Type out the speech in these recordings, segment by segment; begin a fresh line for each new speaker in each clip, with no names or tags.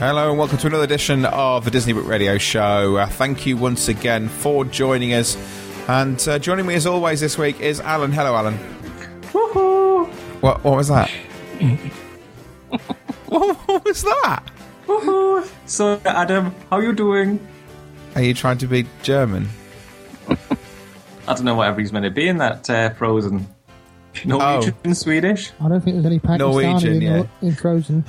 Hello and welcome to another edition of the Disney Book Radio Show. Uh, thank you once again for joining us. And uh, joining me as always this week is Alan. Hello, Alan.
Woohoo!
What, what was that? what, what was that?
Woohoo! So, Adam, how you doing?
Are you trying to be German?
I don't know whatever he's meant to be in that uh, Frozen.
Oh.
Norwegian, Swedish.
I don't think there's any Pakistani
Norwegian,
in,
yeah.
in Frozen.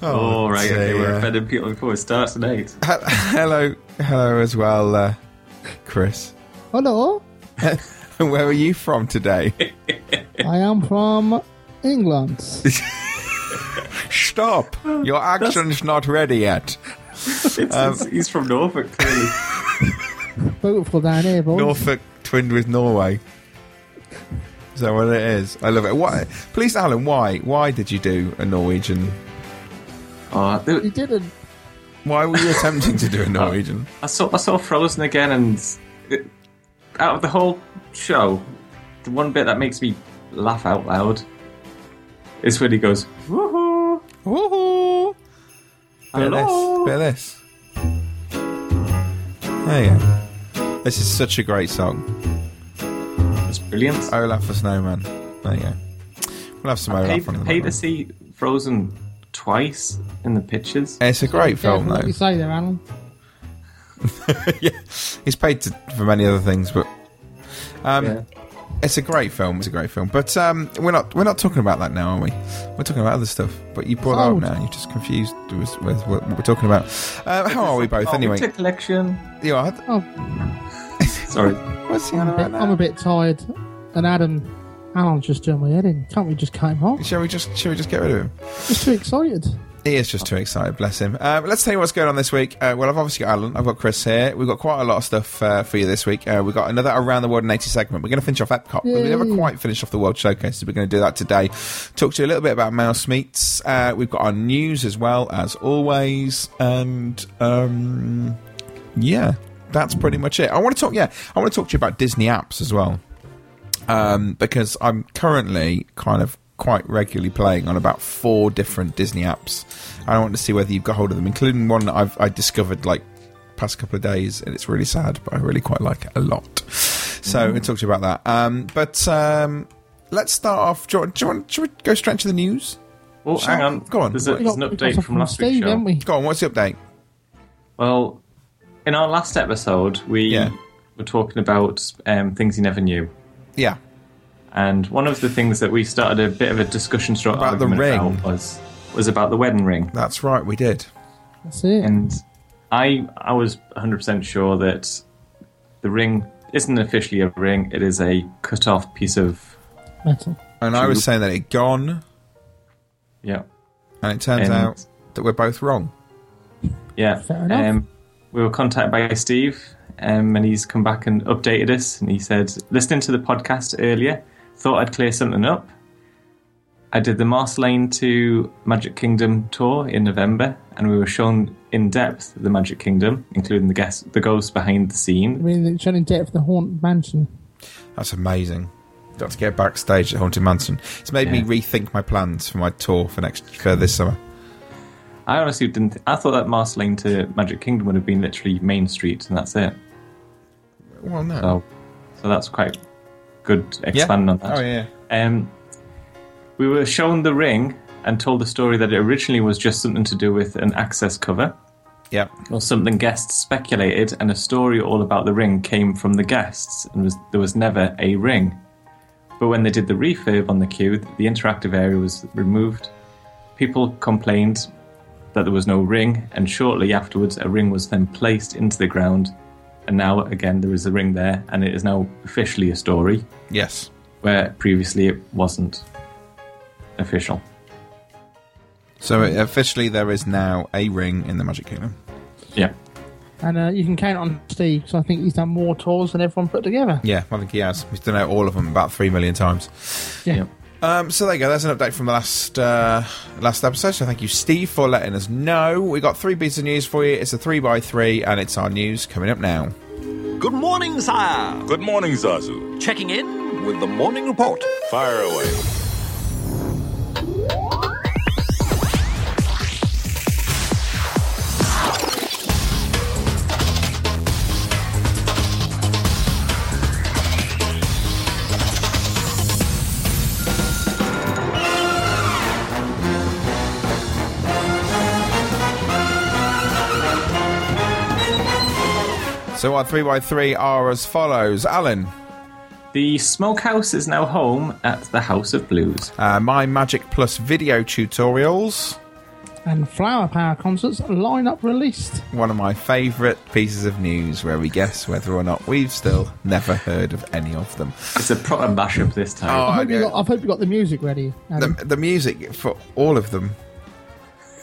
Oh, right, okay,
dear.
we're offending people before it starts tonight.
Hello, hello as well, uh, Chris.
Hello,
Where are you from today?
I am from England.
Stop! Your action's not ready yet.
It's, it's,
Um,
he's from Norfolk, clearly.
Beautiful down here, boys.
Norfolk twinned with Norway. Is that what it is? I love it. Why, please, Alan? Why? Why did you do a Norwegian?
oh,
You
there-
didn't.
Why were you attempting to do a Norwegian?
I, saw, I saw Frozen again, and it, out of the whole show, the one bit that makes me laugh out loud is when he goes, Woohoo!
Woohoo! Bit of this.
Hello.
Bit of this. There you go. This is such a great song.
It's brilliant.
Olaf the Snowman. There you go. We'll have some
paid,
Olaf on the
paid to
background.
see Frozen twice in the pictures.
It's a great
Careful
film,
what
though.
you say there, Alan.
yeah, he's paid to, for many other things, but um,
Yeah.
It's a great film. It's a great film. But um, we're not we're not talking about that now, are we? We're talking about other stuff. But you brought that up
Sold.
now. You're just confused with, with what we're talking about. Um, how are we both
Oh,
anyway?
it's a collection.
You are.
Oh,
Sorry.
What's he on
I'm, a
about
bit, I'm a
now?
bit tired. And Adam, Alan's just turned my head in. Can't we just cut him off?
Shall we just shall we just get rid of him?
Just too excited.
He is just too excited, bless him. Um, let's tell you what's going on this week. Uh, well, I've obviously got Alan, I've got Chris here. We've got quite a lot of stuff uh, for you this week. Uh, we've got another Around the World in 80 segment. We're going to finish off Epcot, but we
Yay.
never quite finished off the World Showcase, so we're going to do that today. Talk to you a little bit about Mouse Meets. Uh, we've got our news as well, as always. And um, yeah, that's pretty much it. I want to talk, yeah, I want to talk to you about Disney apps as well um, because I'm currently kind of quite regularly playing on about four different Disney apps. And I want to see whether you've got hold of them, including one that I've I discovered like past couple of days, and it's really sad, but I really quite like it a lot. So we'll talk to you about that. Um, but um, let's start off. Do you, want- do you want? Should we go straight to the news?
Oh,
Shall-
hang on.
go on.
There's, a,
We
there's an
we something
update from last
Steve,
week's show.
haven't we?
Go on. What's the update?
Well, in our last episode, we
Yeah.
were talking about um, things you never knew.
Yeah.
And one of the things that we started a bit of a discussion stroke
About the
argument
ring.
about was, was about the wedding ring.
That's right, we did.
That's it.
And I, I was 100% sure that the ring isn't officially a ring, it is a cut off piece of.
Metal.
And I was saying that it gone,
Yeah.
and it turns
And-
out that we're both wrong.
Yeah.
Fair enough.
Um, we were contacted by Steve, um, and he's come back and updated us. And he said, listening to the podcast earlier, thought I'd clear something up. I did the Mars Lane to Magic Kingdom tour in November, and we were shown in depth the Magic Kingdom, including the guest, the ghosts behind the
I
scene.
mean, it's shown in depth the Haunted Mansion.
That's amazing. Got to get backstage at Haunted Mansion. It's made
Yeah.
me rethink my plans for my tour for next for this summer.
I honestly didn't. I thought that Mars Lane to Magic Kingdom would have been literally Main Street, and that's it.
Well, no.
So, so that's quite good expanding Oh, on that.
Oh yeah.
Um, we were shown the ring and told the story that it originally was just something to do with an access cover
Yeah.
or something guests speculated, and a story all about the ring came from the guests, and was, there was never a ring. But when they did the refurb on the queue, the interactive area was removed. People complained that there was no ring, and shortly afterwards, a ring was then placed into the ground. And now, again, there is a ring there, and it is now officially a story
Yes.
where previously it wasn't official.
So uh, officially, there is now a ring in the Magic Kingdom.
Yeah.
And uh, you can count on Steve, because I think he's done more tours than everyone put together.
Yeah, I think he has. He's done out all of them about three million times.
Yeah.
Yeah.
Um, so there you go. That's an update from the last uh, last episode. So thank you, Steve, for letting us know. We got three pieces of news for you. It's a three by three, and it's our news coming up now.
Good morning, sire.
Good morning, Zazu.
Checking in with the morning report.
Fire away.
So our three by three are as follows: Alan,
The smokehouse is now home at the House of Blues.
uh, my Magic Plus video tutorials,
And Flower Power concerts lineup released.
one of my favourite pieces of news, where we guess whether or not we've still never heard of any of them.
It's a proper mashup this time.
I
Oh,
hope, you
yeah.
got, I hope you got the music ready.
the,
Adam.
the music for all of them.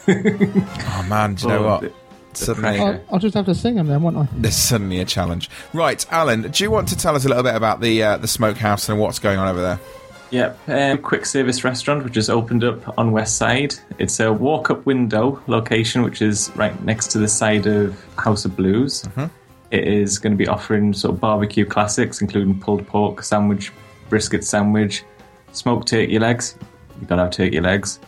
oh man, do you know
Oh,
what?
the- the
suddenly,
pressure.
I'll, I'll just have to sing them then, won't I?
there's suddenly a challenge. Right, Alan, do you want to tell us a little bit about the uh, the smokehouse and what's going on over there?
Yep, um, quick service restaurant which has opened up on West Side. It's a walk-up window location which is right next to the side of House of Blues. It is going to be offering sort of barbecue classics, including pulled pork sandwich, brisket sandwich, smoked turkey legs. You gotta have turkey legs.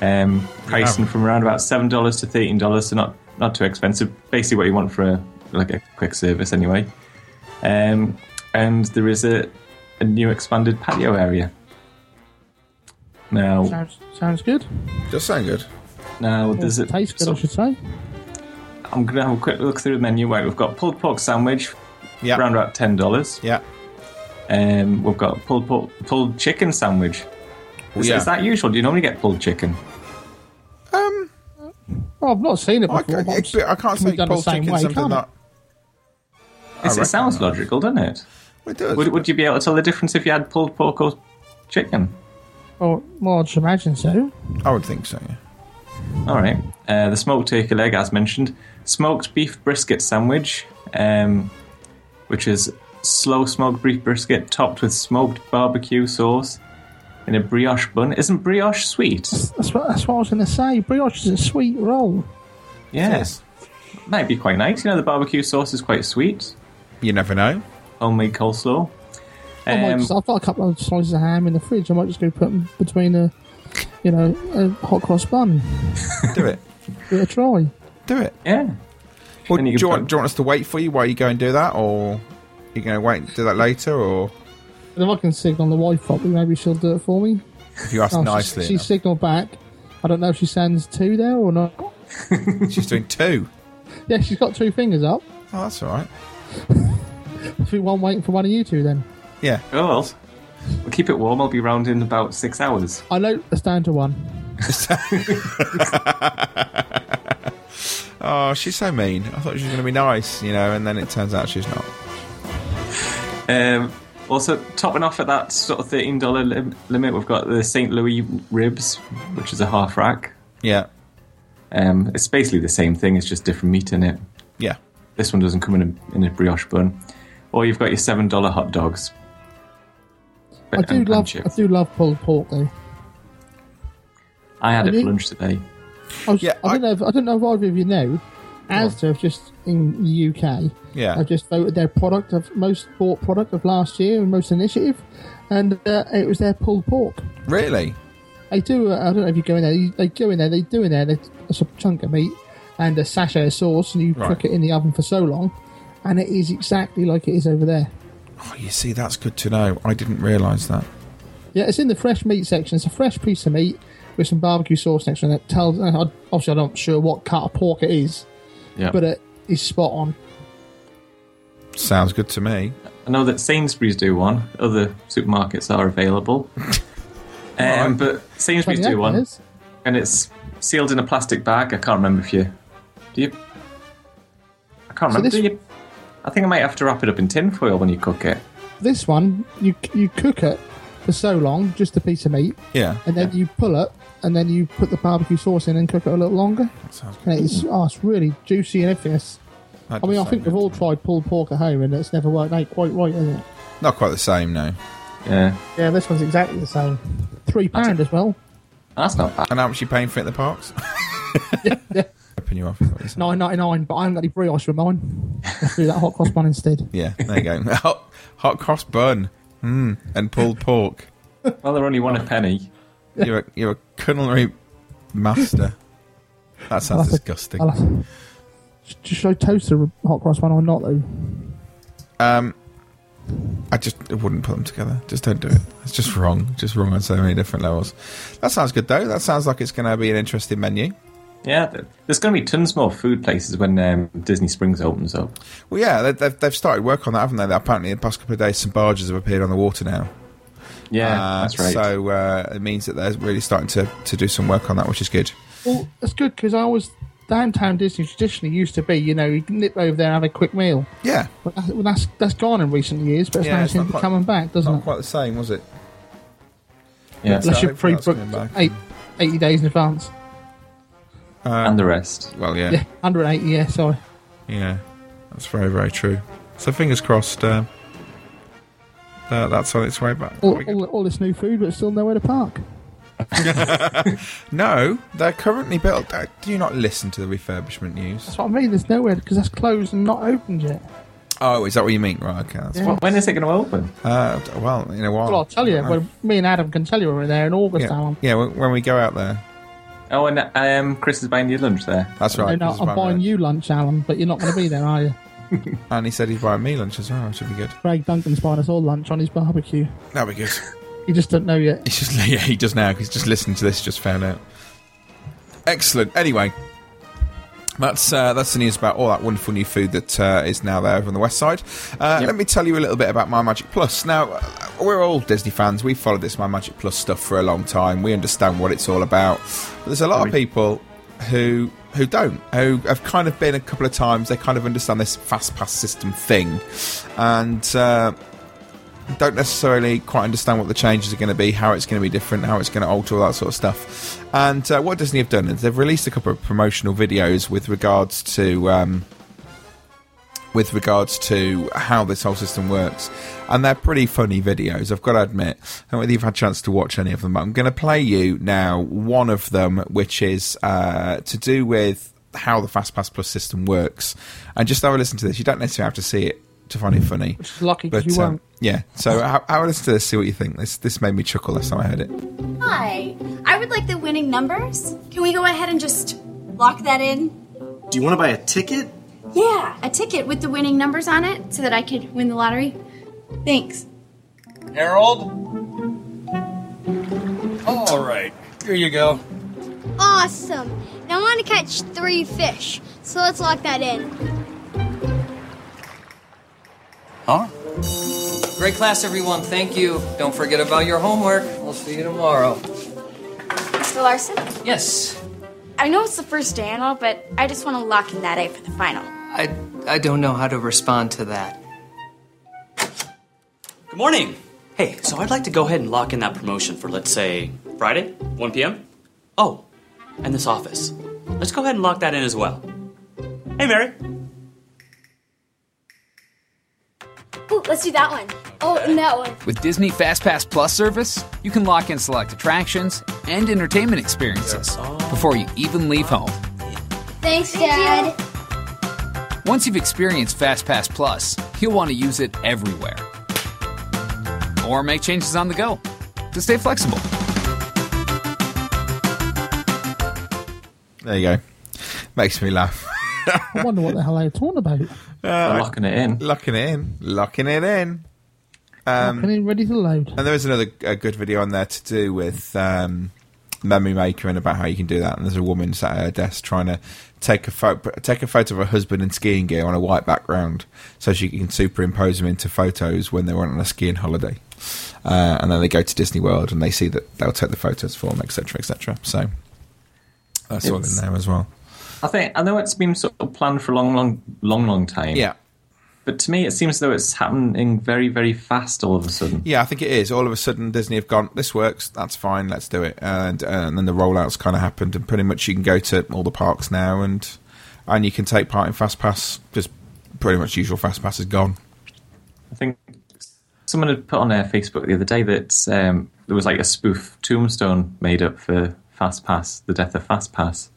Um, pricing from around about seven dollars to thirteen dollars, so not not too expensive. Basically, what you want for a like a quick service anyway. Um, and there is a, a new expanded patio area. Now,
Sounds, sounds good.
Does sound good.
now there's a.
Oh, Tastes good,
so-
I should say.
I'm gonna have a quick look through the menu. Right, we've got pulled pork sandwich,
Yeah,
around about ten dollars.
yeah.
Um, we've got pulled pork, pulled chicken sandwich. Is,
Yeah.
is that usual? Do you normally get pulled chicken?
Well, Oh, I've not seen it
I,
before.
ca-
but it's-
I can't
we've
say
done the
pulled
same
chicken
way,
something
can't
that. I
It's, it
reckon
sounds
not.
logical, doesn't it?
It does.
Would, would you be able to tell the difference if you had pulled pork or chicken?
Well, well, I'd imagine so.
I would think so. yeah.
All right. Uh, the smoked turkey leg, as mentioned, smoked beef brisket sandwich, um, which is slow smoked beef brisket topped with smoked barbecue sauce in a brioche bun. Isn't brioche sweet?
That's what, that's what I was going to say. Brioche is a sweet roll.
Yes. Might be quite nice. You know, the barbecue sauce is quite sweet.
You never know.
Homemade coleslaw.
I might
Um,
just, I've got a couple of slices of ham in the fridge. I might just go put them between a, you know, a hot cross bun.
Do it.
Give it a try.
Do it.
yeah.
Well,
And
do,
you
you
can
want,
put-
do you want us to wait for you while you go and do that, or you going to wait and do that later, or
And if I can signal the wife up, maybe she'll do it for me.
if you ask
Oh, she-
nicely?
She,
enough.
signaled back. I don't know if she sends two there or not.
She's doing two.
Yeah, she's got two fingers up.
Oh, that's all right.
Must be one waiting for one of you two then.
Yeah.
Oh, well. We'll keep it warm. I'll be round in about six hours.
I know it's down to one.
Oh, she's so mean. I thought she was going to be nice, you know, and then it turns out she's not.
Um, also, topping off at that sort of thirteen dollar lim- limit, we've got the Saint Louis ribs, which is a half rack.
Yeah.
Um, it's basically the same thing; it's just different meat in it.
Yeah.
This one doesn't come in a, in a brioche bun. Or you've got your seven dollar hot dogs.
I do
and- and
love. I
chips.
do love pulled pork though.
I had
I
it
do-
for lunch today.
I, was,
Yeah,
I, don't know. If, I don't know if either of you know. Asda have just in the UK.
Yeah.
Have just voted their product of most bought product of last year and most initiative, and uh, it was their pulled pork.
Really?
They do. Uh, I don't know if you go in there. You, they go in there. They do in there. They, it's a chunk of meat and a sachet of sauce, and you
Right.
cook it in the oven for so long, and it is exactly like it is over there.
Oh, you see, that's good to know. I didn't realise that.
Yeah, it's in the fresh meat section. It's a fresh piece of meat with some barbecue sauce next to it. and It tells. and I- Obviously, I'm not sure what cut of pork it is,
Yeah,
but it is spot on.
Sounds good to me.
I know that Sainsbury's do one. Other supermarkets are available. um, but Sainsbury's
Bloody
do
heck,
one,
Liz.
and it's sealed in a plastic bag. I can't remember if you do you. I can't
So
remember.
this-
Do you? I think I might have to wrap it up in tin foil when you cook it.
This one, you you cook it for so long, just a piece of meat,
Yeah.
and then you pull it, and then you put the barbecue sauce in and cook it a little longer.
Sounds good.
And it's oh, it's really juicy and everything. It's-
That
I mean, I
does
think
sound
we've all
good.
tried pulled pork at home, and it's never worked out quite right, has it?
Not quite the same, no.
Yeah,
Yeah, this one's exactly the same. Three pound as well.
that's not bad.
And how much you paying for it at the parks? Open you off. is what you're saying.
Nine ninety nine, but I haven't got any brioche for mine. Let's do that hot cross bun instead.
Yeah, there you go. hot, hot cross bun mm, and pulled pork.
Well, they're only one a penny.
You're a, you're a culinary master. That sounds
That's a-
disgusting.
I'll have... Sh- Should I toast the hot cross bun or not, though?
Um, I just I wouldn't put them together. Just don't do it. It's just wrong. Just wrong on so many different levels. That sounds good though. That sounds like it's going to be an interesting menu.
Yeah, th- there's going to be tons more food places when um, Disney Springs opens up.
Well, yeah, they, they've they've started work on that, haven't they? Apparently, in the past couple of days, some barges have appeared on the water now.
Yeah,
Uh,
that's right.
So uh, it means that they're really starting to, to do some work on that, which is good.
Well, that's good because I always downtown Disney traditionally used to be, you know, you nip over there and have a quick meal.
Yeah,
But that's, well, that's that's gone in recent years, but it's
Yeah,
now
it's
seems
not
to be
quite-
coming back, doesn't
not
it?
quite the same, was it?
yeah,
so
Unless you're
hopefully that's
pre-booked
coming back.
eight, 80 days in advance.
and the rest.
Well,
Yeah,
yeah,
180, yeah, sorry.
yeah, that's very very true. So fingers crossed. Uh, that, that's on its way back.
All, all, all this new food, but still nowhere to park.
No, they're currently built. uh, Do you not listen to the refurbishment news?
That's what I mean, there's nowhere because that's closed and not opened yet.
Oh, is that what you mean? Right, okay. That's
Yeah.
Well, when is it going to open?
uh, d- well, in a while.
Well, I'll tell you,
Uh,
well, me and Adam can tell you we're there in August,
yeah,
Alan.
yeah, when when we go out there.
Oh, and um, Chris is buying you lunch there.
That's right.
And I-
this is
I'm
why
buying
there.
you lunch, Alan, but you're not going to be there, are you?
And he said he's buying me lunch as well, which would be good.
Craig Duncan's buying us all lunch on his barbecue.
That'd be good.
You just don't know yet.
He's just yeah, he does now. 'cause He's just listening to this. Just found out. Excellent. Anyway, that's uh, that's the news about all that wonderful new food that uh, is now there over on the west side. Uh, Let me tell you a little bit about My Magic Plus. Now, uh, we're all Disney fans. We've followed this My Magic Plus stuff for a long time. We understand what it's all about. But there's a lot of people who who don't who have kind of been a couple of times. They kind of understand this fast pass system thing, and. Uh, don't necessarily quite understand what the changes are going to be, how it's going to be different, how it's going to alter all that sort of stuff. And uh, what Disney have done is they've released a couple of promotional videos with regards to um, with regards to how this whole system works, and they're pretty funny videos. I've got to admit. I don't know whether you've had a chance to watch any of them, but I'm going to play you now one of them, which is uh, to do with how the FastPass Plus system works. And just have a listen to this. You don't necessarily have to see it to find it funny.
Which is lucky 'cause
But,
you
um,
won't.
yeah, so how how listen to this, see what you think. This this made me chuckle last time I heard it.
Hi, I would like the winning numbers. Can we go ahead and just lock that in?
Do you want to buy a ticket?
Yeah, a ticket with the winning numbers on it so that I could win the lottery. Thanks.
Harold? All right, here you go.
Awesome. Now I want to catch three fish, so let's lock that in.
Huh?
Great class, everyone. Thank you. Don't forget about your homework. We'll see you tomorrow.
Mr. Larson,
Yes,
I know it's the first day and all, but I just want to lock in that A for the final.
I I don't know how to respond to that.
Good morning. Hey, so I'd like to go ahead and lock in that promotion for, let's say, Friday, 1 p.m. Oh, and this office. Let's go ahead and lock that in as well. Hey, Mary.
Ooh, let's do that one. Oh, and that one.
With Disney FastPass Plus service, you can lock in select attractions and entertainment experiences before you even leave home.
Thanks, Dad.
Once you've experienced FastPass Plus, you'll want to use it everywhere. Or make changes on the go to stay flexible.
There you go. Makes me laugh.
I wonder what the hell they're talking about.
Uh,
They're locking it in.
locking it in, locking it in.
Lock it in, ready to load.
And there is another a good video on there to do with um, memory maker in about how you can do that. And there's a woman sat at her desk trying to take a photo, take a photo of her husband in skiing gear on a white background, so she can superimpose them into photos when they went on a skiing holiday. Uh, and then they go to Disney World and they see that they'll take the photos for them, etc., etc. So that's all in
It's-
there as well.
I think I know it's been sort of planned for a long, long, long, long time.
Yeah.
But to me, it seems as though it's happening very, very fast all of a sudden.
Yeah, I think it is. All of a sudden, Disney have gone, this works, that's fine, let's do it. And, and then the rollouts kind of happened, and pretty much you can go to all the parks now, and and you can take part in Fast Pass. Just pretty much usual Fast Pass is gone.
I think someone had put on their Facebook the other day that um, there was like a spoof tombstone made up for Fast Pass, the death of Fast Pass.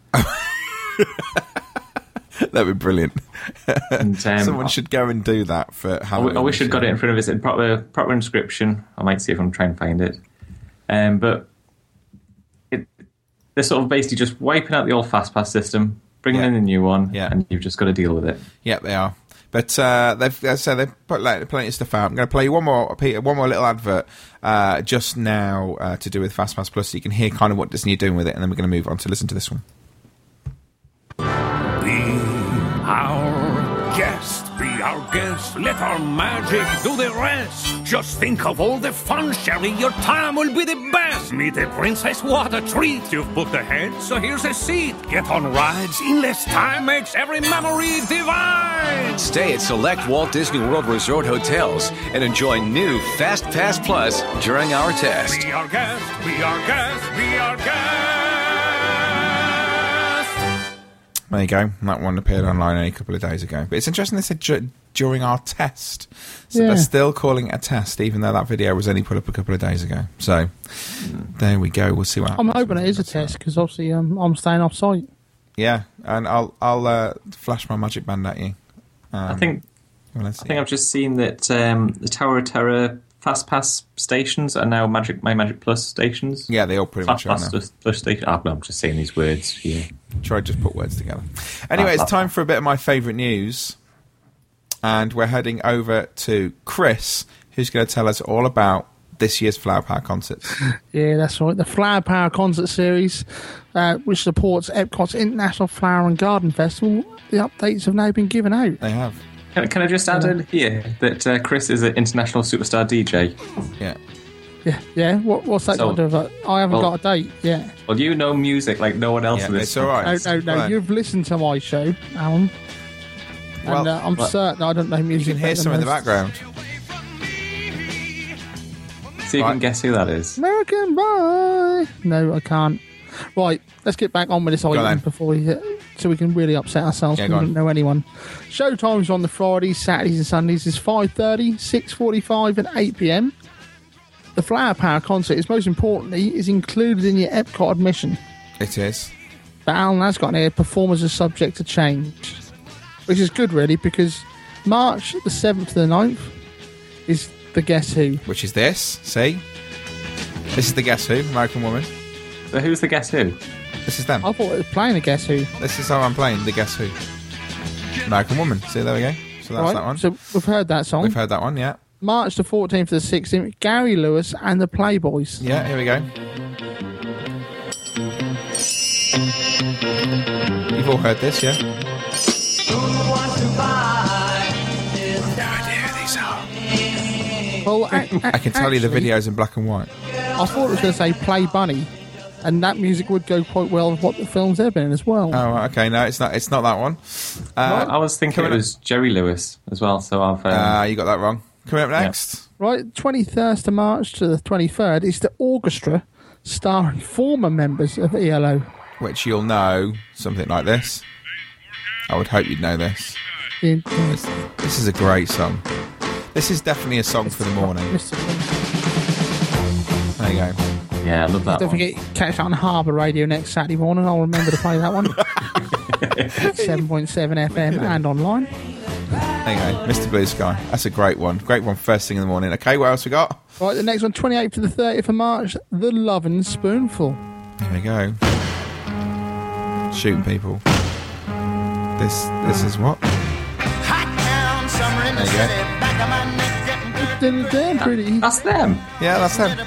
That'd be brilliant.
um,
Someone
I-
should go and do that for
I,
Halloween.
w- I wish I'd got it in front of us in proper proper inscription. I might see if I'm trying to find it. Um, but it, they're sort of basically just wiping out the old fast pass system, bringing in a new one, and you've just got to deal with it.
Yeah, they are. But uh, they've as I say they've put like, plenty of stuff out. I'm going to play you one more Peter, one more little advert uh, just now uh, to do with Fastpass Plus, so you can hear kind of what Disney are doing with it, and then we're going to move on to listen to this one.
Be our guest, be our guest. Let our magic do the rest. Just think of all the fun, Sherry. Your time will be the best. Meet the princess, what a treat. You've booked ahead, so here's a seat. Get on rides in less time makes every memory divine.
Stay at select Walt Disney World Resort hotels and enjoy new Fast Pass Plus during our test.
Be our guest, be our guest, be our guest.
There you go. That one appeared online only a couple of days ago. But it's interesting they said ju- during our test. So
Yeah.
they're still calling it a test, even though that video was only put up a couple of days ago. So there we go. We'll see what
I'm
happens.
hoping it is a test because obviously um, I'm staying off site.
yeah, and I'll I'll uh, flash my magic band at you. Um,
I think
well,
I
let's
think I've just seen that um, the Tower of Terror fast pass stations are now Magic My Magic Plus stations.
Yeah, they all pretty much
Fast
are
Pass
now.
Plus, plus station. Ah, I'm just saying these words. Yeah.
Try just put words together. Anyway, it's time for a bit of my favourite news. And we're heading over to Chris, who's going to tell us all about this year's Flower Power concerts.
Yeah, that's right. The Flower Power Concert Series, uh, which supports Epcot's International Flower and Garden Festival, the updates have now been given out.
They have.
Can, can I just add in here that uh, Chris is an international superstar DJ?
Yeah.
Yeah, yeah. What, what's that
So-
got to do with that? I haven't
well-
got a date yet.
Well, you know music like no one else
Yeah,
in this.
it's all right.
No, no, no. You've listened to my show, Alan. And
Well-
uh, I'm
Well-
certain I don't know music.
You can hear
better
some in
than
the
most.
background.
See if you can guess who that is.
American boy. No, I can't. Right, let's get back on with this
then.
item before we hit, so we can really upset ourselves.
Yeah,
we
go on.
don't know anyone. Show times on the Fridays, Saturdays, and Sundays is 5.30, 6.45 and 8 p.m. The Flower Power concert is most importantly is included in your Epcot admission.
It is.
But Alan has got here, performers are subject to change. Which is good really because March the 7th to the 9th is the Guess Who.
Which is this. See? This is the Guess Who, American Woman.
So who's the Guess Who?
This is them.
I thought it was playing a Guess Who.
This is how I'm playing the Guess Who. American Woman. See, there we go. So that's
Right,
that one.
So we've heard that song.
We've heard that one, yeah.
March the 14th to the 16th, Gary Lewis and the Playboys.
Yeah, here we go. You've all heard this, yeah?
Well, I,
I can tell you the video's in black and white.
I thought it was going to say Play Bunny, and that music would go quite well with what the films have been as well.
Oh, right, okay. No, it's not. It's not that one. Uh,
I was thinking it
coming
was Jerry Lewis as well. So I've. Um,
Ah, you got that wrong. Coming up next.
Right, 23rd of March to the 23rd is the orchestra starring former members of E ELO.
up, which you'll know something like this. I would hope you'd know this.
In-
This is a great song. This is definitely a song for the morning. There you go.
Yeah, I love that.
Don't forget, catch that on Harbour Radio next Saturday morning. I'll remember to play that one. 7.7 FM and online.
There you go. Mr. Blue Sky. That's a great one. Great one first thing in the morning. Okay, what else we got?
Right, the next one, 28th to the 30th of March, The Lovin' Spoonful.
There we go. Shooting people. This this is what? There you go.
They're pretty.
That's them.
Yeah, that's them.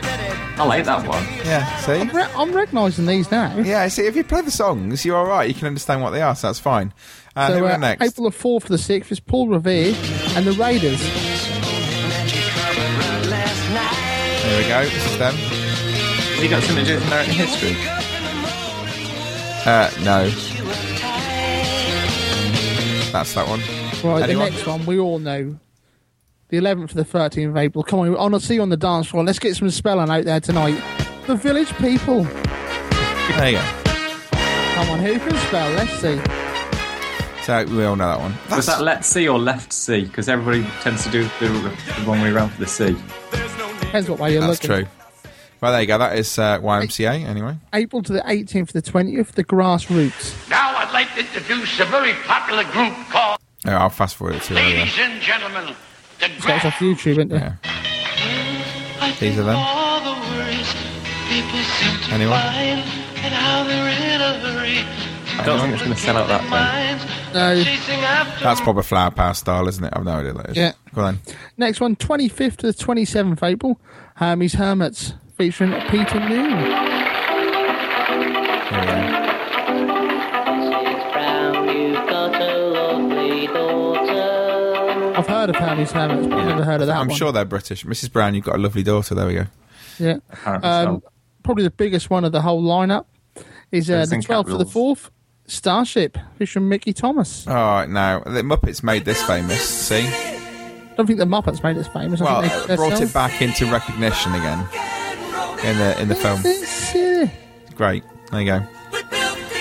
I like that one.
Yeah, see? I'm,
re- I'm recognising these now.
Yeah, see, if you play the songs, you're alright. You can understand what they are, so that's fine. Uh, who are next?
April the 4th to the 6th is Paul Revere and the Raiders.
There we go. This is them. Have
you got some images in American history?
Uh, no. That's that one.
Right,
Anyone?
the next one we all know. The 11th to the 13th of April. Come on, I want to see you on the dance floor. Let's get some spelling out there tonight. The Village People.
There you go.
Come on, who can spell? Let's see.
So we all know that one.
Was that left C or left C? Because everybody tends to do the, the wrong way around for the C.
Depends what way you're
That's
looking.
true. Well, there you go. That is uh, YMCA, anyway.
April to the 18th to the 20th, the Grassroots.
Now I'd like to introduce a very popular group called
Oh, I'll fast forward it to earlier.
Ladies and Gentlemen.
It's got us off YouTube, isn't it?
These are them.
All the worries people seem to
Anyone?
find and how they're in a hurry.
I don't think it's going to sell out that
Minds
No.
chasing after
That's proper flower power style, isn't it? I've no idea what that is.
Yeah.
Go on.
Next one, 25th to the 27th April, Hermes Hermits featuring Peter Moon. I've heard of Hermes Hermits, but I've never heard of that
I'm
one.
sure they're British. Mrs. Brown, you've got a lovely daughter. There we go.
Yeah.
Apparently
Um, probably the biggest one of the whole lineup is uh, the
Everything
12th to the
capitals.
4th, Starship featuring Mickey Thomas.
All right, now the Muppets made this famous. See,
I don't think the Muppets made us famous.
well,
I think they
it brought it
themselves-
back into recognition again in the in the film.
It's, uh,
Great. There you go.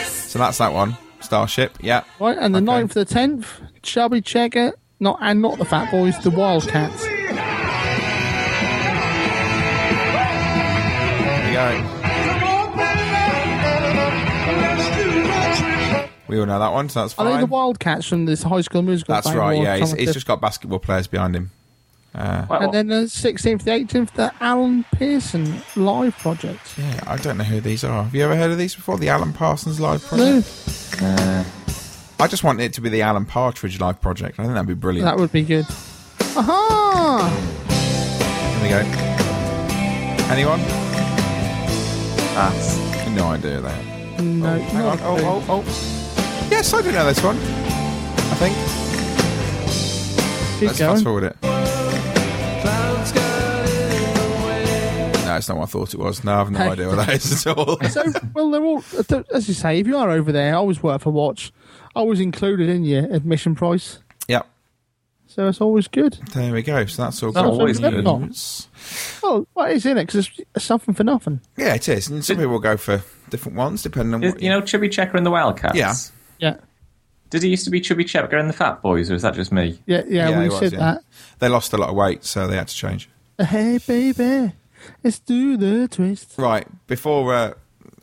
So that's that one. Starship. Yeah.
Right, and the ninth 9th to the 10th, Chubby Checker, not and not the Fat Boys, the Wildcats.
There you go. We all know that one, so that's
Are they
fine.
the Wildcats from this High School Musical?
That's
band
right.
or
Yeah, he's,
something?
he's just got basketball players behind him. Uh,
and then the 16th, the 18th, the Alan Pearson live project.
yeah, I don't know who these are. Have you ever heard of these before? The Alan Parsons Live
No,
Project. I just want it to be the Alan Partridge Live Project. I think that'd be brilliant.
that would be good. Aha!
There we go. Anyone? That's no idea there.
No,
Hang on. Oh, oh, oh. Yes, I do know this one. I think.
Keep
Let's
going.
fast forward it. No, it's not what I thought it was. No, I've no
Hey.
idea what that is at all.
so, well, they're all, as you say, if you are over there, always worth a watch. Always included in your admission price.
Yep.
So it's always good.
There we go. So that's all
That's
good
always good.
news.
Well, what is in it? Because it's something for nothing.
Yeah, it is. And some people will go for different ones depending on
You,
what.
you know Chubby Checker and the Wildcats?
Yeah.
Yeah.
Did he used to be Chubby Checker and the Fat Boys, or is that just me?
Yeah, yeah, we
it
said that.
They lost a lot of weight, so they had to change.
Hey, baby, let's do the twist.
Right, before uh,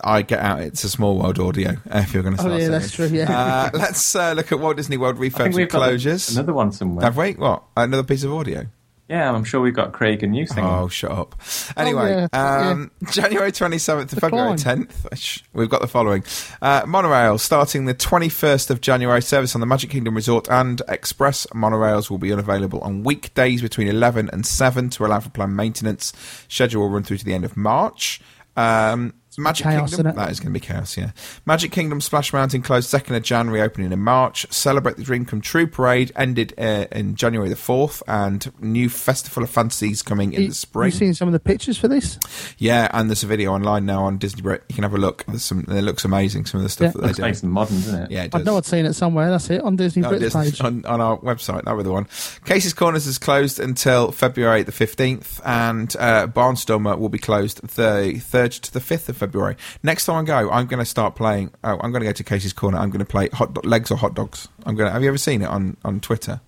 I get out, it's a small world audio. uh, If you're going to
Oh,
start,
yeah,
singing.
that's true, yeah.
Uh, let's uh, look at Walt Disney World
I think
refurbs
we've
and
got
closures.
another one somewhere.
Have we? What? Another piece of audio?
Yeah, I'm sure we've got Craig and you singing.
Oh, shut up. Anyway,
yeah,
um, January 27th to
The
February
climb.
10th, which we've got the following. Uh, monorail starting the 21st of January service on the Magic Kingdom Resort and express monorails will be unavailable on weekdays between 11 and 7 to allow for planned maintenance. Schedule will run through to the end of March. Um, Magic
chaos,
Kingdom.
innit?
That is going to be chaos, yeah. Magic Kingdom Splash Mountain closed 2nd of January, opening in March. Celebrate the Dream Come True parade ended uh, in January the 4th, and new Festival of Fantasies coming in
You-
the spring.
You seen some of the pictures for this?
Yeah, and there's a video online now on Disney Brit. You can have a look. There's some. It looks amazing. Some of the stuff
Yeah.
that they
Looks
do.
nice and modern, doesn't it?
Yeah, it
I
does.
know I'd seen it somewhere. That's it on Disney
No,
Brits
Disney-
page.
on, on our website. That was the one. Casey's Corners is closed until February the 15th, and uh, Barnstormer will be closed the 3rd to the 5th of February. Next time I go, I'm going to start playing. Oh, I'm going to go to Casey's Corner. I'm going to play hot do- legs or hot dogs. I'm going. to Have you ever seen it on on Twitter?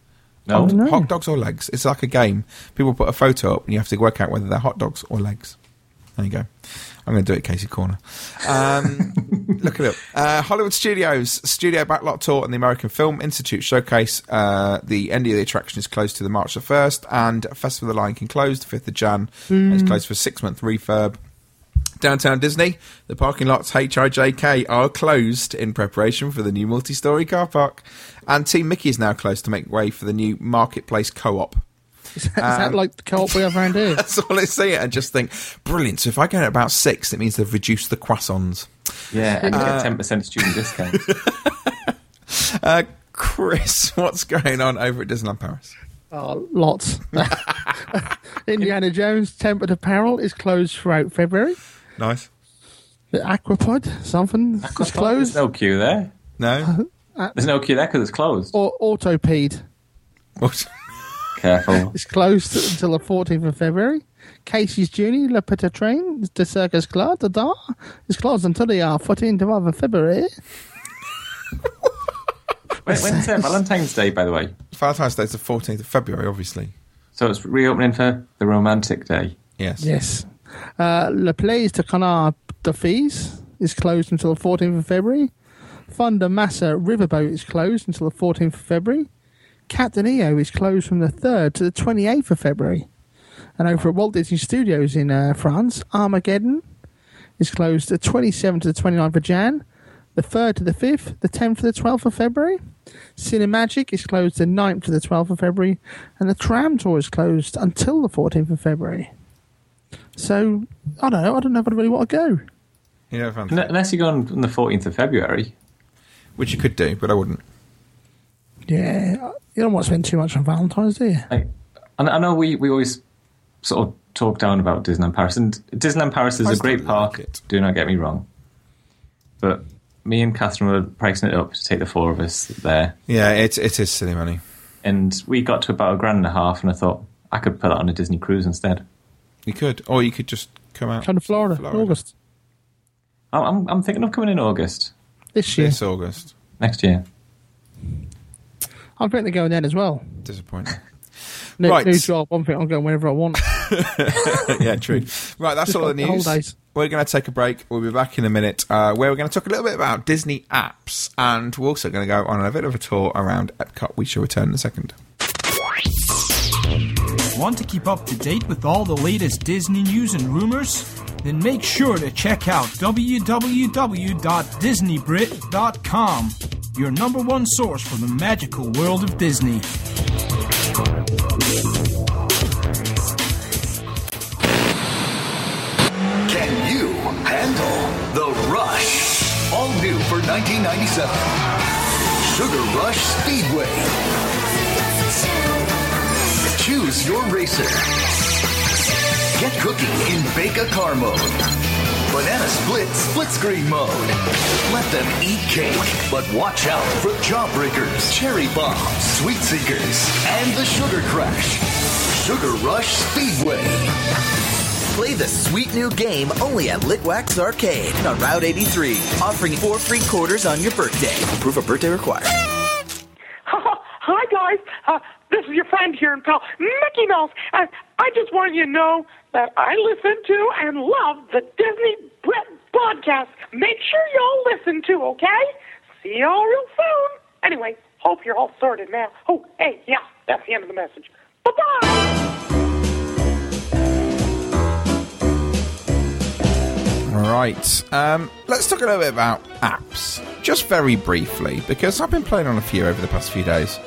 No.
Hot,
No.
hot dogs or legs. It's like a game. People put a photo up, and you have to work out whether they're hot dogs or legs. There you go. I'm going to do it, Casey Corner. Um, look it up. Uh, Hollywood Studios Studio Backlot Tour and the American Film Institute showcase. Uh, the end of the attraction is closed to the March the first, and Festival of the Lion King closed the fifth of Jan. It's closed for a six month refurb. Downtown Disney, the parking lots HIJK are closed in preparation for the new multi story car park. And Team Mickey is now closed to make way for the new Marketplace Co op.
Is
Um,
that like the co-op we have around here?
That's all I see it and just think, brilliant. So if I go at about six, it means they've reduced the croissants.
Yeah, and you
Uh,
get ten percent student discount.
Uh, Chris, what's going on over at Disneyland Paris?
Oh, lots. Indiana Jones Tempered Apparel is closed throughout February.
Nice.
The Aquapod, something, is
There's
closed.
no queue there.
No.
There's no queue there because it's closed.
Oh.
Or Autopede
Careful.
is closed until the 14th of February. Casey's Junior, Le Petit Train, the Circus Club, the Dar, is closed until the uh, 14th of February.
When, when's uh, Valentine's Day, by the way?
Valentine's Day is the 14th of February, obviously.
So it's reopening for the romantic day.
Yes.
Yes. Uh, Le Place de Canard de Fees is closed until the 14th of February. Thunder Massa Riverboat is closed until the 14th of February. Captain EO is closed from the 3rd to the 28th of February. And over at Walt Disney Studios in uh, France, Armageddon is closed the 27th to the 29th of Jan, the 3rd to the 5th, the 10th to the 12th of February. Cinemagic is closed the 9th to the 12th of February. And the tram tour is closed until the 14th of February. So I don't know. I don't know if I really want to go.
Yeah,
N- unless you go on, on the 14th of February.
Which you could do, but I wouldn't.
Yeah, you don't want to spend too much on Valentine's, do you?
I, I know we, we always sort of talk down about Disneyland Paris, and Disneyland Paris is
I
a
still
great park. do not get me wrong, but me and Catherine were pricing it up to take the four of us there.
Yeah, it it is silly money.
And we got to about a grand and a half, and I thought I could put that on a Disney cruise instead.
You could, or you could just come out.
Come to Florida, in August
I'm, I'm, I'm thinking of coming in August.
this year.
This August.
Next year.
I'm going to go in then as well.
Disappointing.
New,
Right.
new job. One thing I'm going whenever I want.
yeah, true. Right, that's
Just
all the
got the
news.
holidays.
We're going to take a break. We'll be back in a minute uh, where we're going to talk a little bit about Disney apps and we're also going to go on a bit of a tour around Epcot. We shall return in a second.
Want to keep up to date with all the latest Disney news and rumors? Then make sure to check out www.disneybrit.com, your number one source for the magical world of Disney.
Can you handle the rush? All new for 1997. Sugar Rush Speedway. Choose your racer. Get cooking in Bake a Car mode. Banana Split Split Screen mode. Let them eat cake, but watch out for Jawbreakers, Cherry Bombs, Sweet Seekers, and the Sugar Crash. Sugar Rush Speedway.
Play the sweet new game only at Litwax Arcade on Route 83, offering four free quarters on your birthday. Proof of birthday required.
Hi, guys. Uh, this is your friend here in Pal, Mickey Mouse. I, I just wanted you to know that I listen to and love the Disney Brit podcast. Make sure y'all listen too, okay? See y'all real soon. Anyway, hope you're all sorted now. Oh, hey, yeah, that's the end of the message.
Right. Um, let's talk a little bit about apps, just very briefly, because I've been playing on a few over the past few days,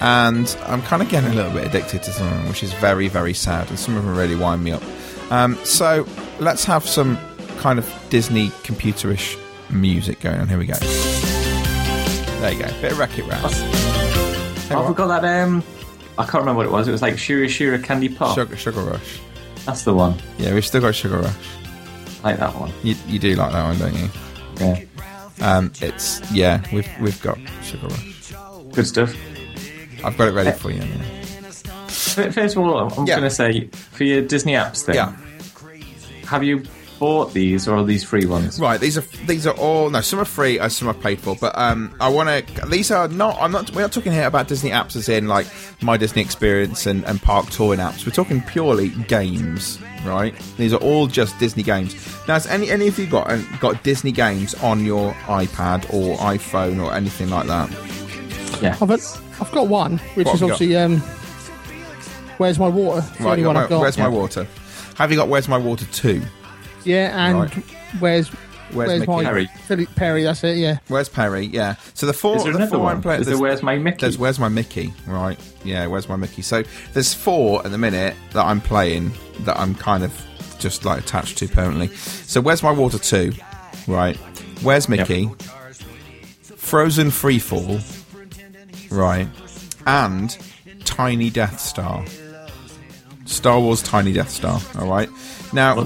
and I'm kind of getting a little bit addicted to some of them, which is very, very sad, and some of them really wind me up. Um, so let's have some kind of Disney computerish music going on. Here we go. There you go. Bit of Wreck It Ralph.
Oh, we got that. Um, I can't remember what it was. It was like Shira Shira Candy Pop.
Sugar, Sugar Rush.
That's the one.
Yeah, we've still got Sugar Rush.
like that one.
You, you do like that one, don't you?
Yeah.
Um, it's yeah, we've we've got Sugar Rush.
Good stuff.
I've got it ready for you. yeah.
F- First of all, I'm going to say for your Disney apps thing.
Yeah.
Have you bought these or are these free ones?
Right, these are these are all no. Some are free, uh, some are paid for. But um, I want to. These are not. I'm not. We're not talking here about Disney apps as in like My Disney Experience and, and Park Touring apps. We're talking purely games, right? These are all just Disney games. Now, has any any of you got uh, got Disney games on your iPad or iPhone or anything like that?
Yeah,
I've, I've got one, which
What
is
have
obviously um, where's my water? It's the
Right,
only
you got
one
my,
I've got.
where's
yeah.
my water? Have you got Where's My Water two?
Yeah, and
Right.
where's
Where's
Where's
Mickey?
my
Perry.
Philip Perry? That's it. Yeah.
Where's Perry? Yeah. So the four.
Is there
the
another
four
one?
I'm playing-
Is there
there's-
Where's My Mickey?
There's Where's My Mickey. Right. Yeah. Where's My Mickey? So there's four at the minute that I'm playing that I'm kind of just like attached to permanently. So Where's My Water Two? Right. Where's Mickey? Frozen Freefall. Right. And Tiny Death Star. Star Wars Tiny Death Star. All right. Now,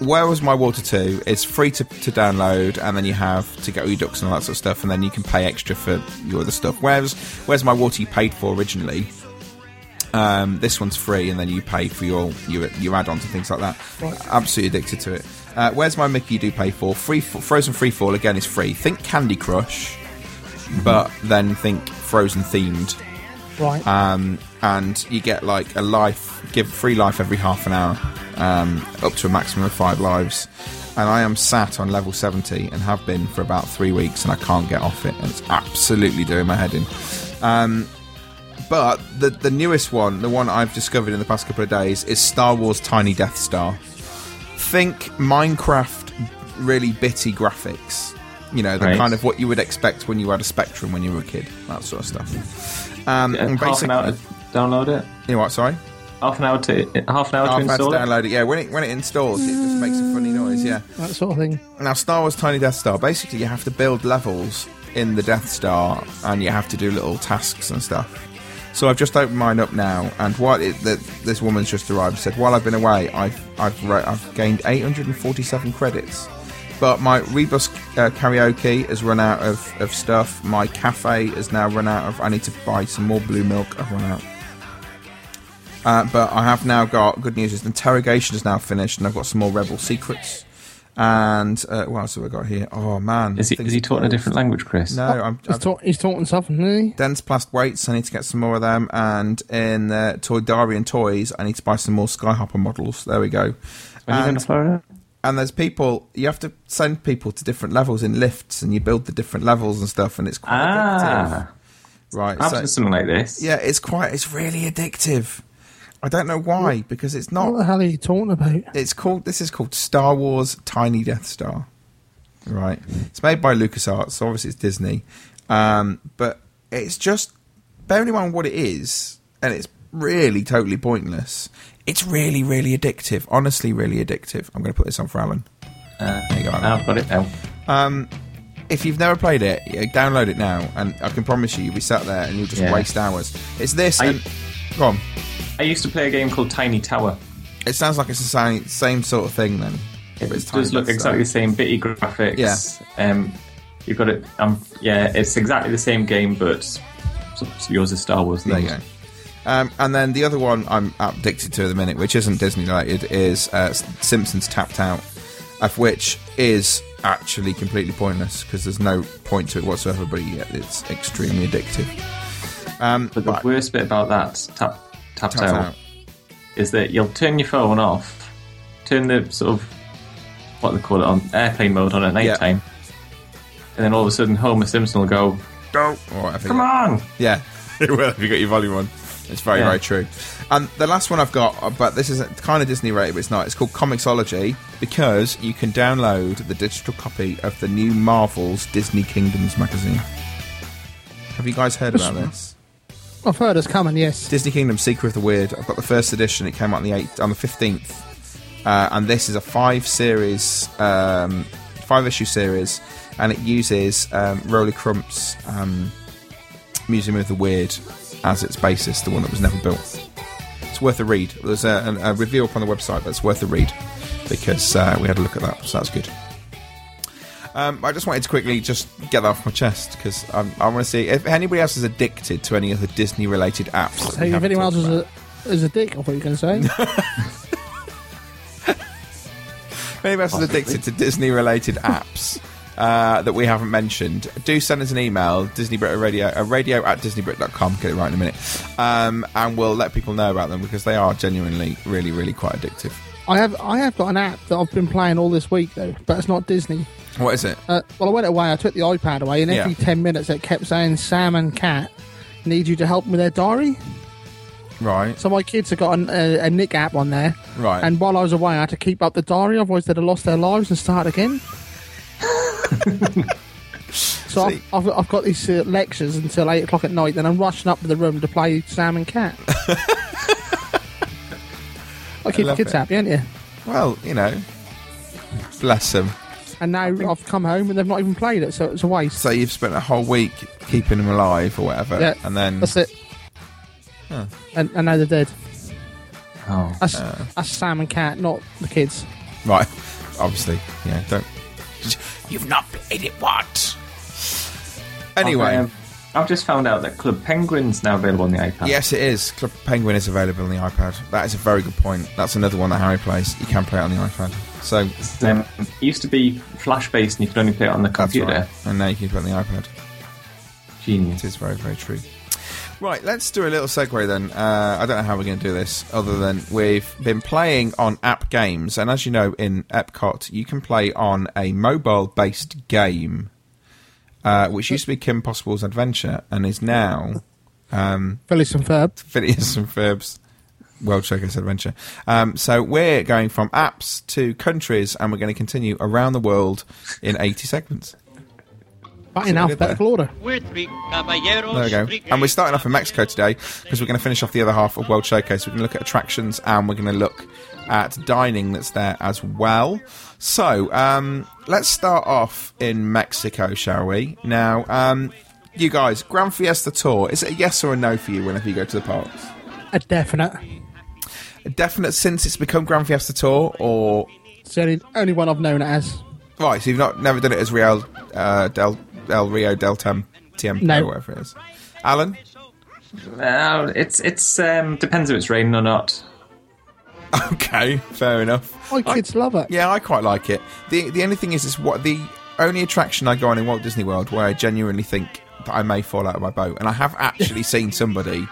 where was my water to? It's free to, to download, and then you have to get all your ducks and all that sort of stuff, and then you can pay extra for your other stuff. Where's Where's my water? You paid for originally. Um, this one's free, and then you pay for your your, your add-ons and things like that. Absolutely addicted to it. Uh, Where's my Mickey? You do pay for free. Frozen Free Fall again is free. Think Candy Crush, but then think Frozen themed.
Right.
Um, and you get like a life, give free life every half an hour, um, up to a maximum of five lives. And I am sat on level 70 and have been for about three weeks, and I can't get off it, and it's absolutely doing my head in. Um, but the the newest one, the one I've discovered in the past couple of days, is Star Wars Tiny Death Star. Think Minecraft, really bitty graphics. You know, the
Right.
kind of what you would expect when you had a Spectrum when you were a kid, that sort of stuff. Um,
Yeah,
and
half an hour to download it.
You know what? Sorry.
Half an hour to half an hour
Half an
to
hour to
install it.
download it. Yeah, when it when it installs, it just makes a funny noise. Yeah.
That sort of thing.
Now, Star Wars Tiny Death Star, basically, you have to build levels in the Death Star and you have to do little tasks and stuff. So I've just opened mine up now, and while it, the, this woman's just arrived and said, while I've been away, I've, I've, re- I've gained 847 credits. But my Rebus uh, karaoke has run out of, of stuff. My cafe has now run out of. I need to buy some more blue milk. I've run out. Uh, but I have now got good news is the interrogation is now finished, and I've got some more Rebel secrets. And uh, what else have I got here? Oh man,
Is he-
things
is he
are
talking a
closed.
different language, Chris?
No, I'm,
He's, talk, he's talking something, isn't he?
Dense plast weights. I need to get some more of them. And in the toy diary and toys, I need to buy some more Skyhopper models. There we go.
When you going to Florida?
And there's people. You have to send people to different levels in lifts, and you build the different levels and stuff. And it's quite addictive.
Ah.
Right.
I've done something like this.
Yeah, it's quite. It's really addictive. I don't know why because it's not.
What the hell are you talking about?
It's called. This is called Star Wars Tiny Death Star. Right. It's made by LucasArts, so obviously it's Disney. Um, but it's just bearing in mind what it is, and it's really totally pointless. It's really, really addictive. Honestly, really addictive. I'm going to put this on for Alan.
Uh,
there you go. Alan.
I've got it now.
Um, if you've never played it, yeah, download it now, and I can promise you, you'll be sat there and you'll just
Yeah.
waste hours. It's this.
I-
and, go on.
I used to play a game called Tiny Tower.
It sounds like it's the same, same sort of thing then. It
It does look exactly the same, bitty graphics. Yeah. Um, you've got it. Um, yeah, it's exactly the same game, but s- s- yours is Star Wars.
There you
themed.
Um, and then the other one I'm addicted to at the minute, which isn't Disney related, is uh, S- Simpsons Tapped Out, of which is actually completely pointless because there's no point to it whatsoever. But yet it's extremely addictive. Um,
but the worst bit about that tap tap
Tapped
out,
out.
is that you'll turn your phone off, turn the sort of what they call it on airplane mode on at night time, and then all of a sudden Homer Simpson will go,
"Go, Come
on!"
Yeah, it will if you got your volume on. It's very
Yeah.
very true. And the last one I've got, uh, but this is kind of Disney rated, but it's not. It's called Comixology because you can download the digital copy of the new Marvel's Disney Kingdoms magazine. Have you guys heard about this?
I've heard it's coming. Yes.
Disney Kingdom: Secret of the Weird. I've got the first edition. It came out on the eighth, on the fifteenth, uh, and this is a five series, um, five issue series, and it uses um, Roly Crump's um, Museum of the Weird as its basis, the one that was never built. It's worth a read. There's a, an- a review up on the website, but it's worth a read because uh, we had a look at that, so that's good. Um, I just wanted to quickly just get that off my chest because I want to see if anybody else is addicted to any other Disney-related apps. that
So
we
if
haven't
anyone else
talked
is
about.
a, is a dick, I thought you were going to say.
If anybody else is addicted to Disney related apps uh, that we haven't mentioned, do send us an email, DisneyBrit Radio, uh, radio at DisneyBrit.com, get it right in a minute, um, and we'll let people know about them because they are genuinely, really, really quite addictive.
I have I have got an app that I've been playing all this week though, but it's not Disney.
What is it?
Uh, well, I went away. I took the iPad away, and
Yeah.
every ten minutes it kept saying, "Sam and Cat need you to help with their diary."
Right.
So my kids have got an, a, a Nick app on there,
Right.
And while I was away, I had to keep up the diary, otherwise they'd have lost their lives and start again. So I've, I've, I've got these uh, lectures until eight o'clock at night. Then I'm rushing up to the room to play Sam and Cat. I keep the
love
kids
it.
happy, aren't you?
Well, you know, bless them.
And now I've come home and they've not even played it, so it's a waste.
So you've spent a whole week keeping them alive or whatever,
yeah,
and then
that's it.
Huh.
And, and now they're dead.
Oh,
That's, that's Sam and Cat, not the kids.
right. Obviously, yeah. Don't.
You've not played it what?
Anyway.
I've, um, I've just found out that Club Penguin's now available on the iPad.
Yes, it is. Club Penguin is available on the iPad. That is a very good point. That's another one that Harry plays. You can play it on the iPad. So
Um, it used to be flash based, and you could only play it on the computer.
right. And now you can play it on the iPad.
Genius.
It is very, very true. Right, let's do a little segue then. Uh, I don't know how we're going to do this, other than we've been playing on app games, and as you know, in Epcot, you can play on a mobile-based game, uh, which used to be Kim Possible's Adventure, and is now um,
Phyllis and Ferb.
Phineas and Ferb's World Showcase Adventure. Um, so we're going from apps to countries, and we're going to continue around the world in 80 segments.
But in
So we did
alphabetical order.
There we go. And we're starting off in Mexico today because we're going to finish off the other half of World Showcase. We're going to look at attractions and we're going to look at dining that's there as well. So um, let's start off in Mexico, shall we? Now, um, you guys, Grand Fiesta Tour, is it a yes or a no for you whenever you go to the parks?
A definite.
A definite since it's become Grand Fiesta Tour or.
It's the only, only one I've known it as.
Right, so you've not never done it as Real uh, Del, El Rio Del Tem, Tiempo,
No.
whatever it is. Alan?
Well, it's it's um, depends if it's raining or not.
Okay, fair enough.
My kids love it.
Yeah, I quite like it. the The only thing is, is what the only attraction I go on in Walt Disney World where I genuinely think that I may fall out of my boat, and I have actually seen somebody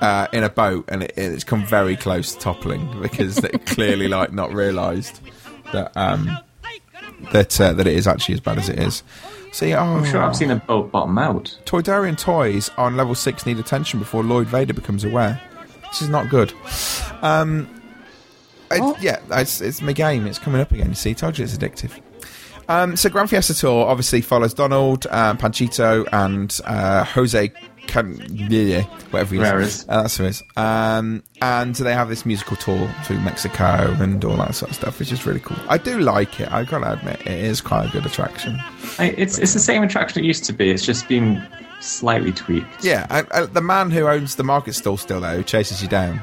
uh, in a boat, and it, it's come very close to toppling because they clearly like not realised that um, that uh, that it is actually as bad as it is. See, oh,
I'm sure I've seen a boat bottom out.
Toydarian toys on level six need attention before Lloyd Vader becomes aware. This is not good. Um, I- yeah, it's, it's my game. It's coming up again. You see, told you it's addictive. Um, so Grand Fiesta Tour obviously follows Donald, uh, Panchito, and uh, Jose. Can- yeah, whatever he is.
Ramirez.
Uh, that's who it is. Um, and they have this musical tour through Mexico and all that sort of stuff, which is really cool. I do like it. I've got to admit, it is quite a good attraction.
I, it's it's the same attraction it used to be. It's just been slightly tweaked.
Yeah, and, and the man who owns the market stall still there, who chases you down.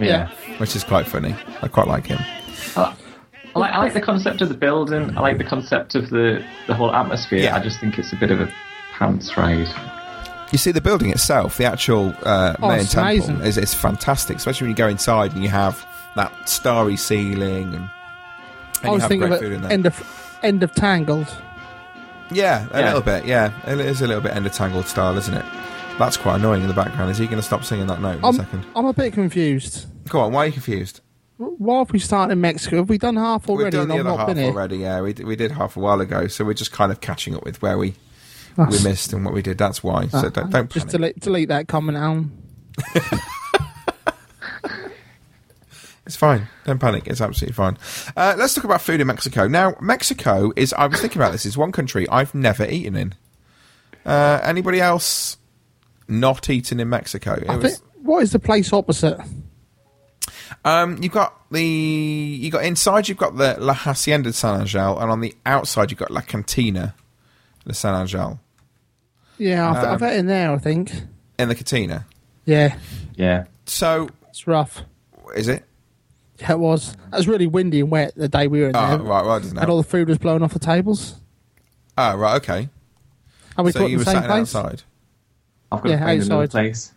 Yeah.
Which is quite funny. I quite like him.
I like, I like the concept of the building. I like the concept of the the whole atmosphere. I just think it's a bit of a pants ride.
You see, the building itself, the actual uh,
Oh,
main
it's
temple,
amazing.
is it's fantastic, especially when you go inside and you have that starry ceiling and, and
I
you
was
have
thinking
great
of
food in
it
there.
end of end of Tangled.
yeah, a
Yeah.
little bit, yeah. It is a little bit Ender Tangled style, isn't it? That's quite annoying in the background. Is he going to stop singing that note in a
I'm,
second?
I'm a bit confused.
Go on, why are you confused?
Why have we started in Mexico? Have we done half already?
We've done
and
the other
I've not
half
been here.
already, yeah. We, d- we did half a while ago, so we're just kind of catching up with where we
That's-
we missed and what we did. That's why.
Uh,
So don't, don't
just
panic.
delete, delete that comment, Alan.
It's fine. Don't panic. It's absolutely fine. Uh, let's talk about food in Mexico. Now, Mexico is, I was thinking about this, is one country I've never eaten in. Uh, anybody else not eaten in Mexico? It
I
was-
think, what is the place opposite?
Um, you've got the you got inside you've got the La Hacienda de San Angel, and on the outside you've got La Cantina de San Angel.
Yeah, I've,
Um,
I've had it in there. I think.
In the Cantina,
Yeah,
yeah.
So
it's rough.
Is it?
Yeah, it was. It was really windy and wet the day we were in
Oh,
there.
right, well, it doesn't
And
help.
all the food was blown off the tables.
Oh, right, okay.
Are we
so
caught
you
in
were
the same
sat in
place?
outside.
I've
got to Yeah, find another outside.
place.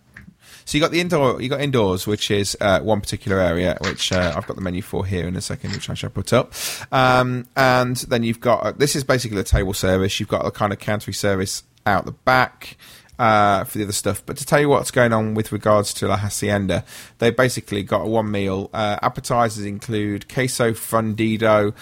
So you got the indoor, you got indoors, which is uh, one particular area, which uh, I've got the menu for here in a second, which I shall put up. Um, and then you've got uh, this is basically the table service. You've got a kind of counter service out the back uh, for the other stuff. But to tell you what's going on with regards to La Hacienda, they basically got a one meal. Uh, appetizers include queso fundido,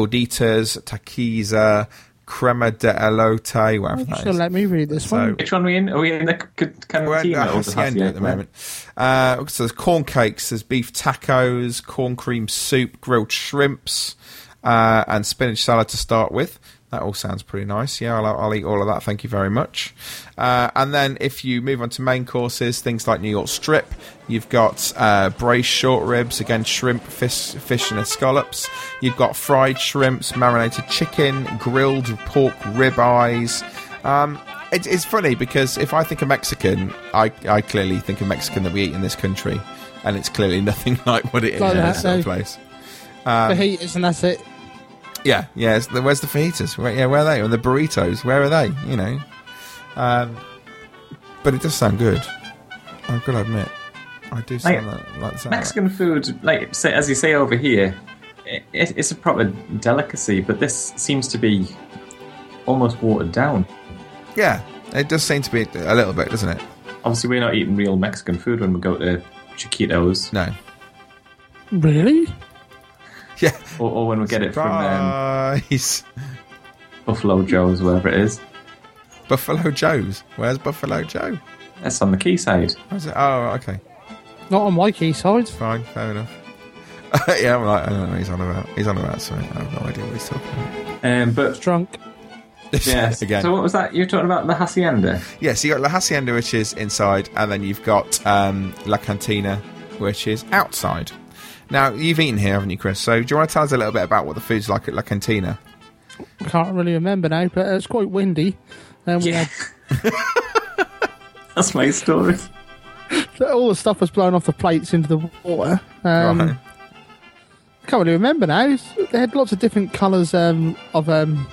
gorditas, taquiza, crema de elote, whatever
You
that
should
is.
let me read this one.
Which one are we in? Are we in the c- cantina
We're at the
or the
hacienda at the moment. Uh, so there's corn cakes, there's beef tacos, corn cream soup, grilled shrimps, uh, and spinach salad to start with. That all sounds pretty nice. Yeah, I'll, I'll eat all of that. Thank you very much. Uh, and then if you move on to main courses, things like New York strip, you've got uh, braised short ribs, again shrimp, fish, fish and escallops. You've got fried shrimps, marinated chicken, grilled pork ribeyes. Um, it, it's funny because if I think of Mexican, I, I clearly think of Mexican that we eat in this country, and it's clearly nothing like what it is
Like
in
that,
this other
no.
place.
the
Um,
heat is, and that's it.
yeah, yeah. It's the, where's the fajitas? Where, yeah, where are they? And the burritos? Where are they? You know. Um, but it does sound good. I've got to admit, I do sound
Like,
like, like the sound of
Mexican food, like say, as you say over here, i it, it's a proper delicacy, but this seems to be almost watered down.
it. Yeah, it does seem to be a little bit, doesn't it?
Obviously, we're not eating real Mexican food when we go to Chiquitos.
No.
Really?
Yeah.
Or, or when we get
it from
um, Buffalo Joe's, wherever it is.
Buffalo Joe's. Where's Buffalo Joe?
That's on the quayside.
How's it? Oh, okay.
Not on my key side.
Fine, fair enough. yeah, I'm like, I don't know what he's on about. He's on about something. I have no idea what he's talking about.
Um, but
drunk.
Yes.
Again.
So what was that? You were talking about the hacienda.
Yeah, so you got La Hacienda, which is inside, and then you've got um, La Cantina, which is outside. Now, you've eaten here, haven't you, Chris? So, do you want to tell us a little bit about what the food's like at La Cantina?
Can't really remember now, but it's quite windy. And we had
That's my story.
all the stuff was blown off the plates into the water. Um,
Right.
I can't really remember now. It's- They had lots of different colours um, of um,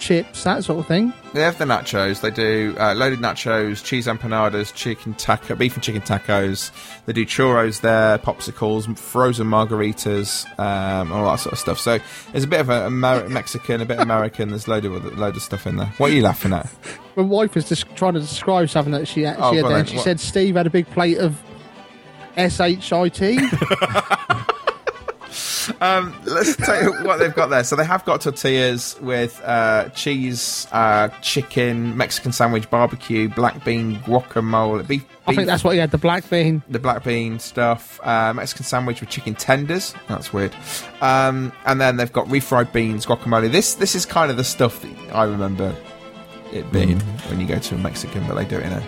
chips, that sort of thing.
They have the nachos. They do uh, loaded nachos, cheese empanadas, chicken taco, beef and chicken tacos. They do churros there, popsicles, frozen margaritas, um, all that sort of stuff. So there's a bit of a Amer- Mexican, a bit American. There's load of other- load of stuff in there. What are you laughing at?
My wife was just trying to describe something that she actually
Oh,
had
go
there.
on
and
then.
She
What-
said Steve had a big plate of shit.
um, let's tell you what they've got there. So they have got tortillas with uh, cheese, uh, chicken, Mexican sandwich, barbecue, black bean guacamole, beef.
I think
beef-
that's what he had. The black bean.
the black bean stuff, uh, Mexican sandwich with chicken tenders. That's weird. Um, and then they've got refried beans, guacamole. This this is kind of the stuff that I remember it being when you go to a Mexican, but they do it in a.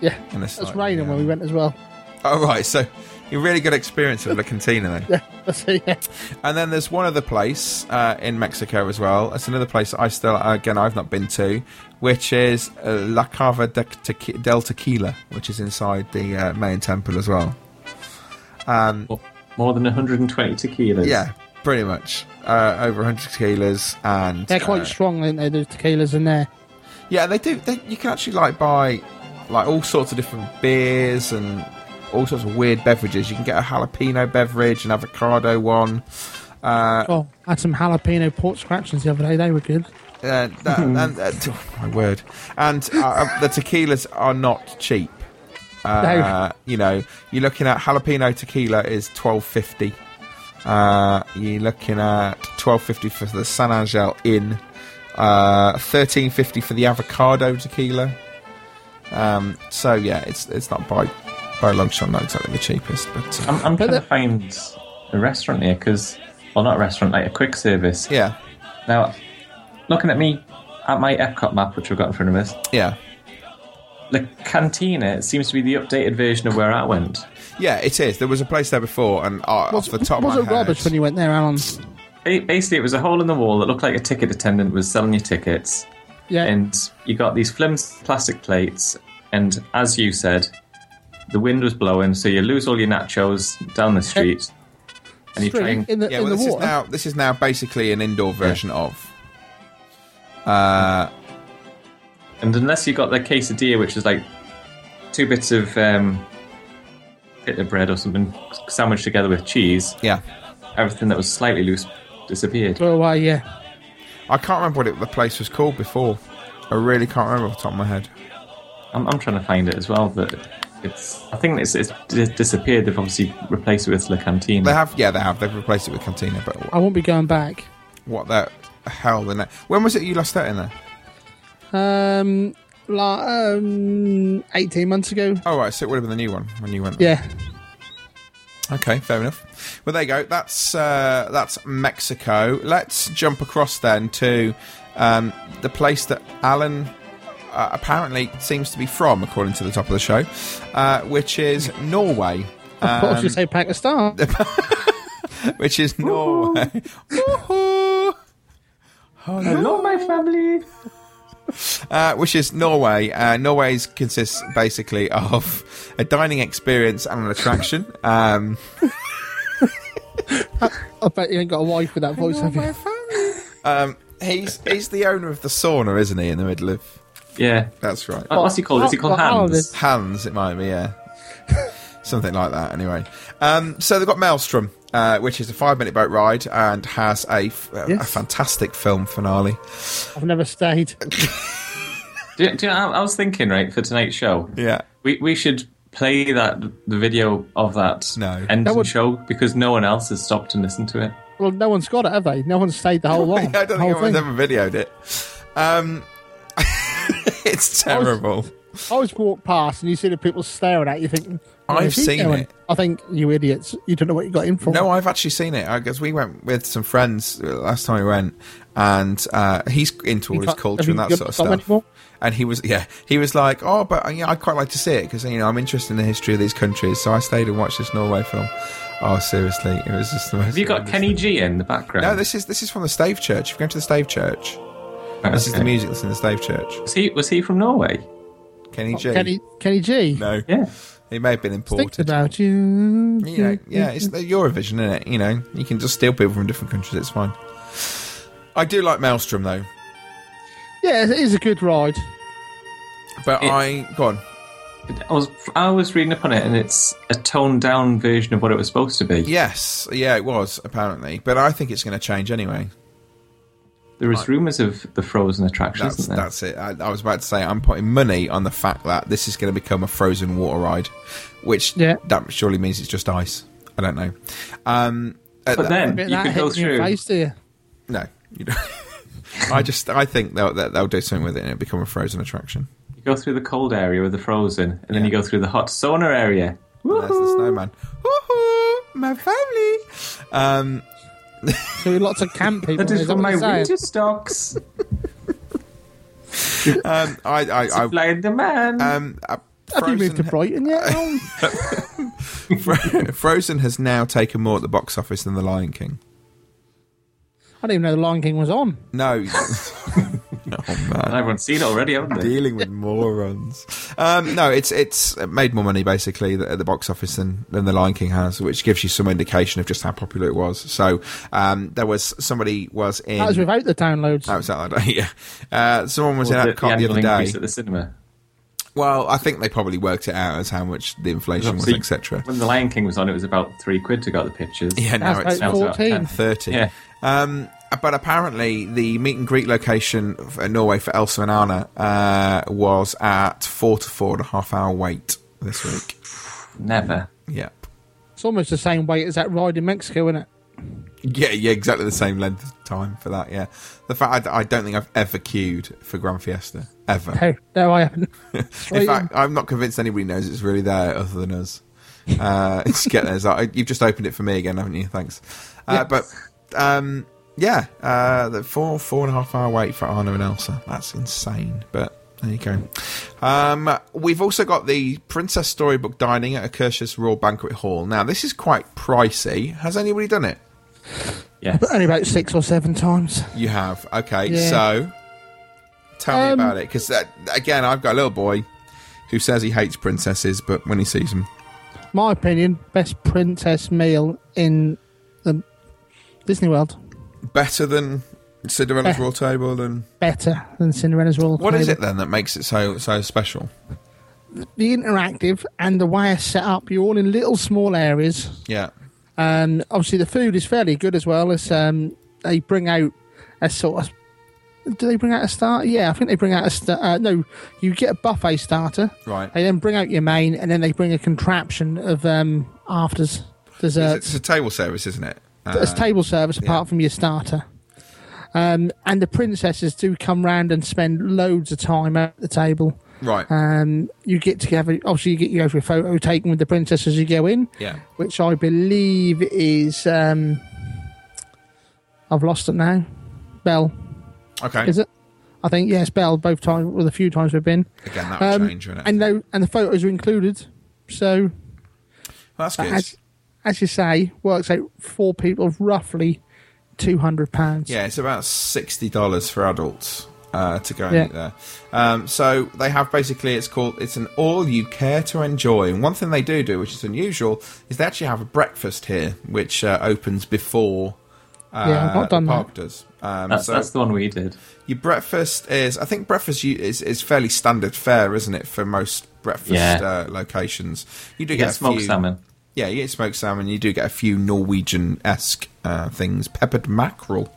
Yeah,
And it's
It was
like-
raining when we went as well.
Oh right, so you really good experience of the cantina then.
Yeah, that's it. Yeah.
And then there's one other place uh, in Mexico as well. It's another place I still, again, I've not been to, which is uh, La Cava de Tequi- del Tequila, which is inside the uh, main temple as well. Um,
More than 120 tequilas.
Yeah, pretty much. Uh, over 100 tequilas, and
They're quite
uh,
strong, aren't they? The tequilas in there.
Yeah, they do. They, you can actually like buy like all sorts of different beers and all sorts of weird beverages. You can get a jalapeno beverage, an avocado one. Uh,
Oh, I had some jalapeno pork scratchings the other day. They were good.
Uh, that, and, uh, t- oh, my word. And uh, uh, the tequilas are not cheap. Uh,
No.
You know, you're looking at jalapeno tequila is twelve fifty. Uh, you're looking at twelve fifty for the San Angel Inn, uh, thirteen fifty for the avocado tequila. Um, so yeah, it's it's not by by a long shot not exactly the cheapest, but uh,
I'm, I'm trying to find a restaurant here because, well, not a restaurant, like a quick service.
Yeah.
Now, looking at me, at my Epcot map, which we've got in front of us.
Yeah.
The cantina seems to be the updated version of where I went.
yeah, it is. There was a place there before, and uh, off the top
was
of
it
my head,
rubbish when you went there, Alan?
Ba- Basically, it was a hole in the wall that looked like a ticket attendant was selling you tickets.
Yeah.
And you got these flimsy plastic plates, and as you said, the wind was blowing, so you lose all your nachos down the street. And you try and
yeah, well, this is now this is now basically an indoor version of. Uh,
and unless you got the quesadilla, which is like two bits of um, bit of bread or something sandwiched together with cheese,
yeah,
everything that was slightly loose disappeared.
Well, why, yeah.
I can't remember what it, the place was called before. I really can't remember off the top of my head.
I'm, I'm trying to find it as well, but it's I think it's, it's di- disappeared. They've obviously replaced it with La Cantina.
They have, yeah, they have. They've replaced it with Cantina, but
I won't be going back.
what the hell? The ne- when was it you last out in there?
Um, like, um, 18 months ago.
Oh right, so it would have been the new one when you went.
Yeah.
Okay, fair enough. Well, there you go. That's uh, that's Mexico. Let's jump across then to um, the place that Alan uh, apparently seems to be from, according to the top of the show, uh, which is Norway.
Of course,
Um,
you say Pakistan.
which is Oh, Norway. Hello,
my family.
uh, which is Norway. Uh, Norway consists basically of a dining experience and an attraction. Um,
I bet you ain't got a wife with that voice, have you?
um, he's he's the owner of the sauna, isn't he? In the middle of
yeah,
that's right.
Oh, what's he called? Is he called Oh, Hans?
Hans, it might be. Yeah, something like that. Anyway, um, so they've got Maelstrom, uh, which is a five-minute boat ride and has a f- a- a
Yes.
fantastic film finale.
I've never stayed.
Do, you- do you know, I I was thinking, right, for tonight's show.
Yeah.
We, we should play that the video of that no. end
That
to
would-
show because no one else has stopped and listened to it.
Well, no one's got it, have they? No one's stayed the whole
I
long.
don't think
whole
anyone's
thing.
ever videoed it. Um, it's terrible.
I always walk past and you see the people staring at you, thinking, "Where
I've
is he
seen
going?"
it.
I think you idiots. You don't know what you got in for.
No, I've actually seen it. I guess we went with some friends uh, last time we went, and uh, he's into
You
all his
can't-
culture
have
and
you
that
got
sort of
some
stuff.
anymore?
And he was, yeah, he was like, oh, but uh, yeah, I'd quite like to see it because you know I'm interested in the history of these countries. So I stayed and watched this Norway film. Oh, seriously, it was just the most.
Have you got Kenny G in the background?
No, this is this is from the Stave Church. If you go to the Stave Church, this is the
Okay.
music that's in the Stave Church.
Was he, was he from Norway?
Kenny G.
Kenny, Kenny G.
No,
yeah,
he may have been imported.
Think about you.
You know, yeah, it's the Eurovision, isn't it? You know, you can just steal people from different countries. It's fine. I do like Maelstrom though,
Yeah, it is a good ride.
but I go on.
I was I was reading up on it, and it's a toned down version of what it was supposed to be.
Yes, yeah, it was apparently, but I think it's going to change anyway.
There was rumours of the Frozen attraction,
That's,
isn't there?
that's it. I, I was about to say I'm putting money on the fact that this is going to become a frozen water ride, which that surely means it's just ice. I don't know. Um, at
But
that-
then
Bit that hit in your face, do you?
No, you don't. I just I think they'll that they'll do something with it and it'll become a frozen attraction.
You go through the cold area with the Frozen, and then you go through the hot sauna area.
And There's the snowman. My family. Um,
so lots of camp people.
That is
is that
from
what
my
you're saying?
winter stocks.
um, I, I, I
Supply and demand.
Um, uh,
Have you moved to
Frozen,
Brighton yet? Oh, Alan?
Fro- Frozen has now taken more at the box office than The Lion King.
I didn't even know the Lion King was on.
No.
Everyone's seen it already, haven't they?
Dealing with morons. Um, no, it's it's made more money basically th- at the box office than, than the Lion King has, which gives you some indication of just how popular it was. So um, there was somebody was in.
That was without the downloads.
Mm. That was that day, yeah. Uh, someone was
Or
in Epcot the,
annual
other day.
increase at the cinema.
Well, I think they probably worked it out as how much the inflation was,
Obviously,
etc.
When the Lion King was on, it was about three quid to get the pictures.
Yeah, now That's it's- like
out
14.
ten.
30.
Yeah.
Um, but apparently, the meet and greet location for Norway for Elsa and Anna uh, was at four to four and a half hour wait this week.
Never.
Yep.
It's almost the same weight as that ride in Mexico, isn't it?
Yeah, yeah, exactly the same length of time for that. Yeah, the fact I, I don't think I've ever queued for Grand Fiesta ever.
No, no, I haven't.
In fact, I'm not convinced anybody knows it's really there other than us. Uh, it's get there. It's like, you've just opened it for me again, haven't you? Thanks. Uh, But um, yeah, uh, the four four and a half hour wait for Anna and Elsa. That's insane. But there you go. Um, we've also got the Princess Storybook dining at Akershus Royal Banquet Hall. Now this is quite pricey. Has anybody done it?
Yes.
Only about six or seven times.
You have. Okay,
Yeah.
so tell me
Um,
about it because again, I've got a little boy who says he hates princesses, but when he sees them,
My opinion, best princess meal in the Disney World.
better than Cinderella's Royal Table. And
Better than Cinderella's Royal
what is
Eh. Table.
it then that makes it so so special?
The interactive and the way it's set up, you're all in little small areas.
Yeah,
and obviously the food is fairly good as well as um, they bring out a sort of do they bring out a starter yeah i think they bring out a sta uh, no you get a buffet starter
Right.
they then bring out your main and then they bring a contraption of um afters desserts
it's a table service, isn't it?
Uh, it's
Uh,
table service apart from your starter um, and the princesses do come round and spend loads of time at the table
Right.
Um, you get together. Obviously, you get you go for a photo taken with the princess as you go in.
Yeah.
Which I believe is um, I've lost it now. Bell.
Okay.
Is it? I think yes, Bell. Both times, well, the few times we've been. Um,
Again, that would change, wouldn't it?
And no, and the photos are included. So
That's
but
good.
As, as you say, works out four people of roughly two hundred pounds.
Yeah, it's about sixty dollars for adults uh, to go and
Yeah.
eat there. Um, so they have basically it's called it's an all you care to enjoy. And one thing they do do, which is unusual, is they actually have a breakfast here, which uh, opens before. Uh,
Yeah, I've not done
the
that.
park does. Um,
That's- that's the one we did.
Your breakfast is, I think, breakfast you- is is fairly standard fare, isn't it, for most breakfast
Yeah.
uh, locations? You do
You
get,
get
a
smoked
few-
salmon.
Yeah, you get smoked salmon. You do get a few Norwegian esque uh, things, peppered mackerel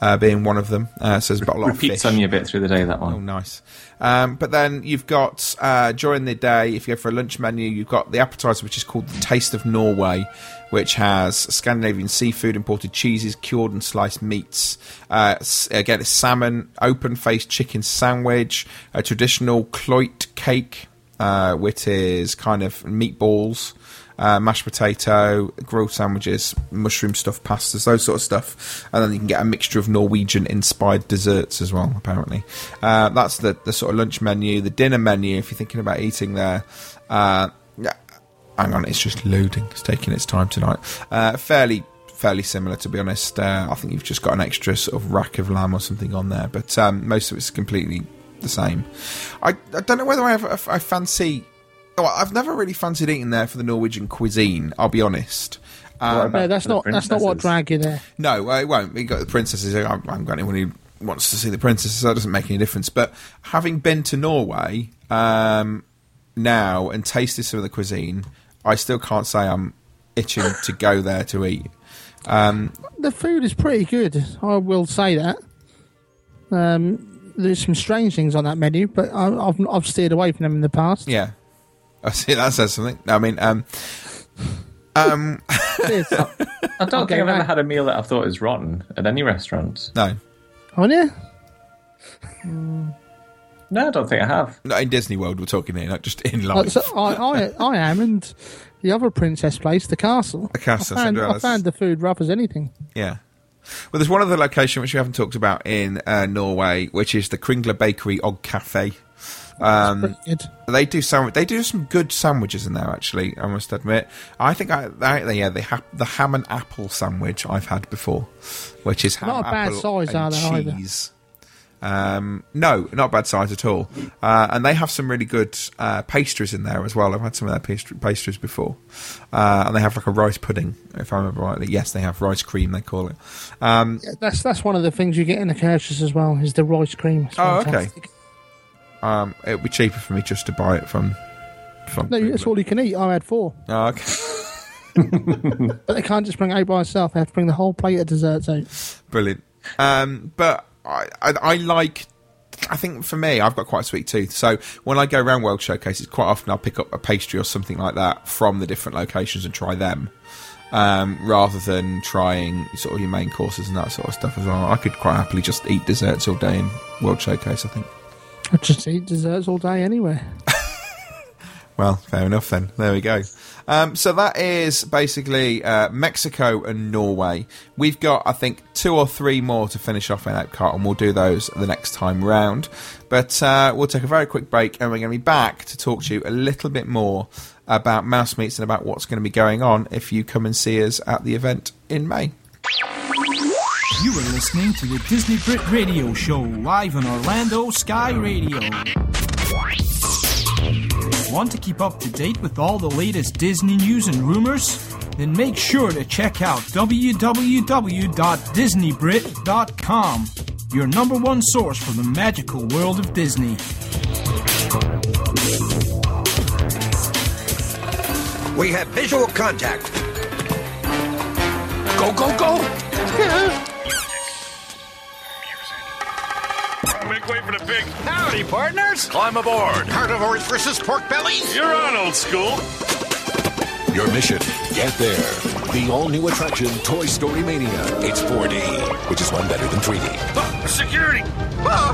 uh, being one of them. Uh, so there's about a lot of
Repeats
fish.
on you a bit through the day. That one.
Oh, nice. Um, but then you've got uh, during the day, if you go for a lunch menu, you've got the appetizer, which is called the Taste of Norway, which has Scandinavian seafood, imported cheeses, cured and sliced meats. Uh, s- again, it's salmon, open faced chicken sandwich, a traditional cloit cake, uh, which is kind of meatballs. Uh, mashed potato, grilled sandwiches, mushroom stuffed pastas, those sort of stuff, and then you can get a mixture of Norwegian-inspired desserts as well. Apparently, uh, that's the the sort of lunch menu. The dinner menu, if you're thinking about eating there, uh, yeah, hang on, it's just loading. It's taking its time tonight. Uh, fairly fairly similar to be honest. Uh, I think you've just got an extra sort of rack of lamb or something on there, but um, most of it's completely the same. I, I don't know whether I ever I fancy. Well, I've never really fancied eating there for the Norwegian cuisine. I'll be honest. Um,
no, that's not that's not what drag you there.
no, uh, it won't. We got the princesses. I, I haven't got anyone who wants to see the princesses. That doesn't make any difference. But having been to Norway um, now and tasted some of the cuisine, I still can't say I'm itching to go there to eat. Um,
The food is pretty good. I will say that. Um, there's some strange things on that menu, but I, I've I've steered away from them in the past.
yeah, I see that says something. I mean, um, um,
I don't
Okay,
think I've ever
right.
had a meal that I thought was rotten at any restaurant.
No.
Haven't you?
No, I don't think I have.
Not in Disney World. We're talking here, not just in
Like,
life.
so I, I I am, and the other princess place, the castle.
The castle,
I found,
Cinderella's.
I found the food rough as anything.
Yeah. Well, there's one other location which we haven't talked about in uh, Norway, which is the Kringla Bakery og Cafe. Um, they do sandwich. They do some good sandwiches in there, actually. I must admit. I think I, I yeah, they have the ham and apple sandwich I've had before, which is ham,
Not a bad
apple,
size,
and
are they, either?
cheese. Um, no, not bad size at all. Uh, and they have some really good uh, pastries in there as well. I've had some of their pastry- pastries before. Uh, and they have like a rice pudding, if I remember rightly. Yes, they have rice cream, they call it. Um,
That's that's one of the things you get in the churches as well is the rice cream. It's
oh, okay.
fantastic.
Um, it would be cheaper for me just to buy it from. from
No, that's all you can eat. I had four,
oh, okay.
but they can't just bring it out by itself. They have to bring the whole plate of desserts out.
Brilliant. Um, but I, I, I like. I think for me, I've got quite a sweet tooth. So when I go around World Showcases, quite often I'll pick up a pastry or something like that from the different locations and try them, um, rather than trying sort of your main courses and that sort of stuff as well. I could quite happily just eat desserts all day in World Showcase. I think.
I just eat desserts all day anyway.
Well, fair enough then. There we go. Um, so that is basically uh, Mexico and Norway. We've got, I think, two or three more to finish off in Epcot, and we'll do those the next time round. But uh, we'll take a very quick break, and we're going to be back to talk to you a little bit more about Mouse Meets and about what's going to be going on if you come and see us at the event in May.
You are listening to the Disney Brit Radio Show live on Orlando Sky Radio. Want to keep up to date with all the latest Disney news and rumors? Then make sure to check out www.disneybrit.com, your number one source for the magical world of Disney.
We have visual contact. Go, go, go!
Make way for the pig. Howdy, partners. Climb aboard. Carnivores versus pork bellies. You're on, old school.
Your mission, get there. The all new attraction, Toy Story Mania. It's 4D, which is one better than 3D.
Security. Ah.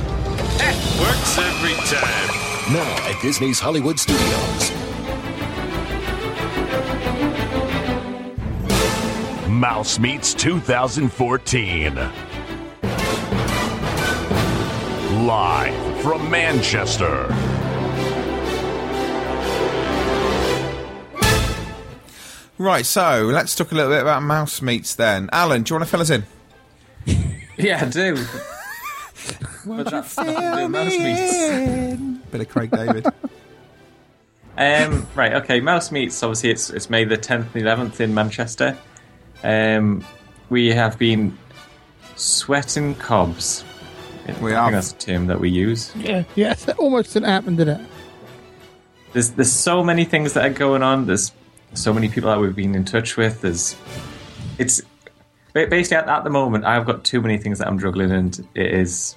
That works Eh, every time.
Now at Disney's Hollywood Studios.
Mouse Meets 2014. Live from Manchester.
Right, so let's talk a little bit about mouse meats then. Alan, do you want to fill us in?
Yeah, I do. but that's nothing to do with mouse meats.
Bit of Craig David.
Um, right, okay. Mouse Meets, obviously, it's, it's May the 10th and 11th in Manchester. Um, we have been sweating cobs. We I think that's the term that we use.
Yeah, yeah, it almost didn't happen, did it?
There's, there's so many things that are going on. There's so many people that we've been in touch with. There's, it's ba- basically at, at the moment, I've got too many things that I'm juggling, and it is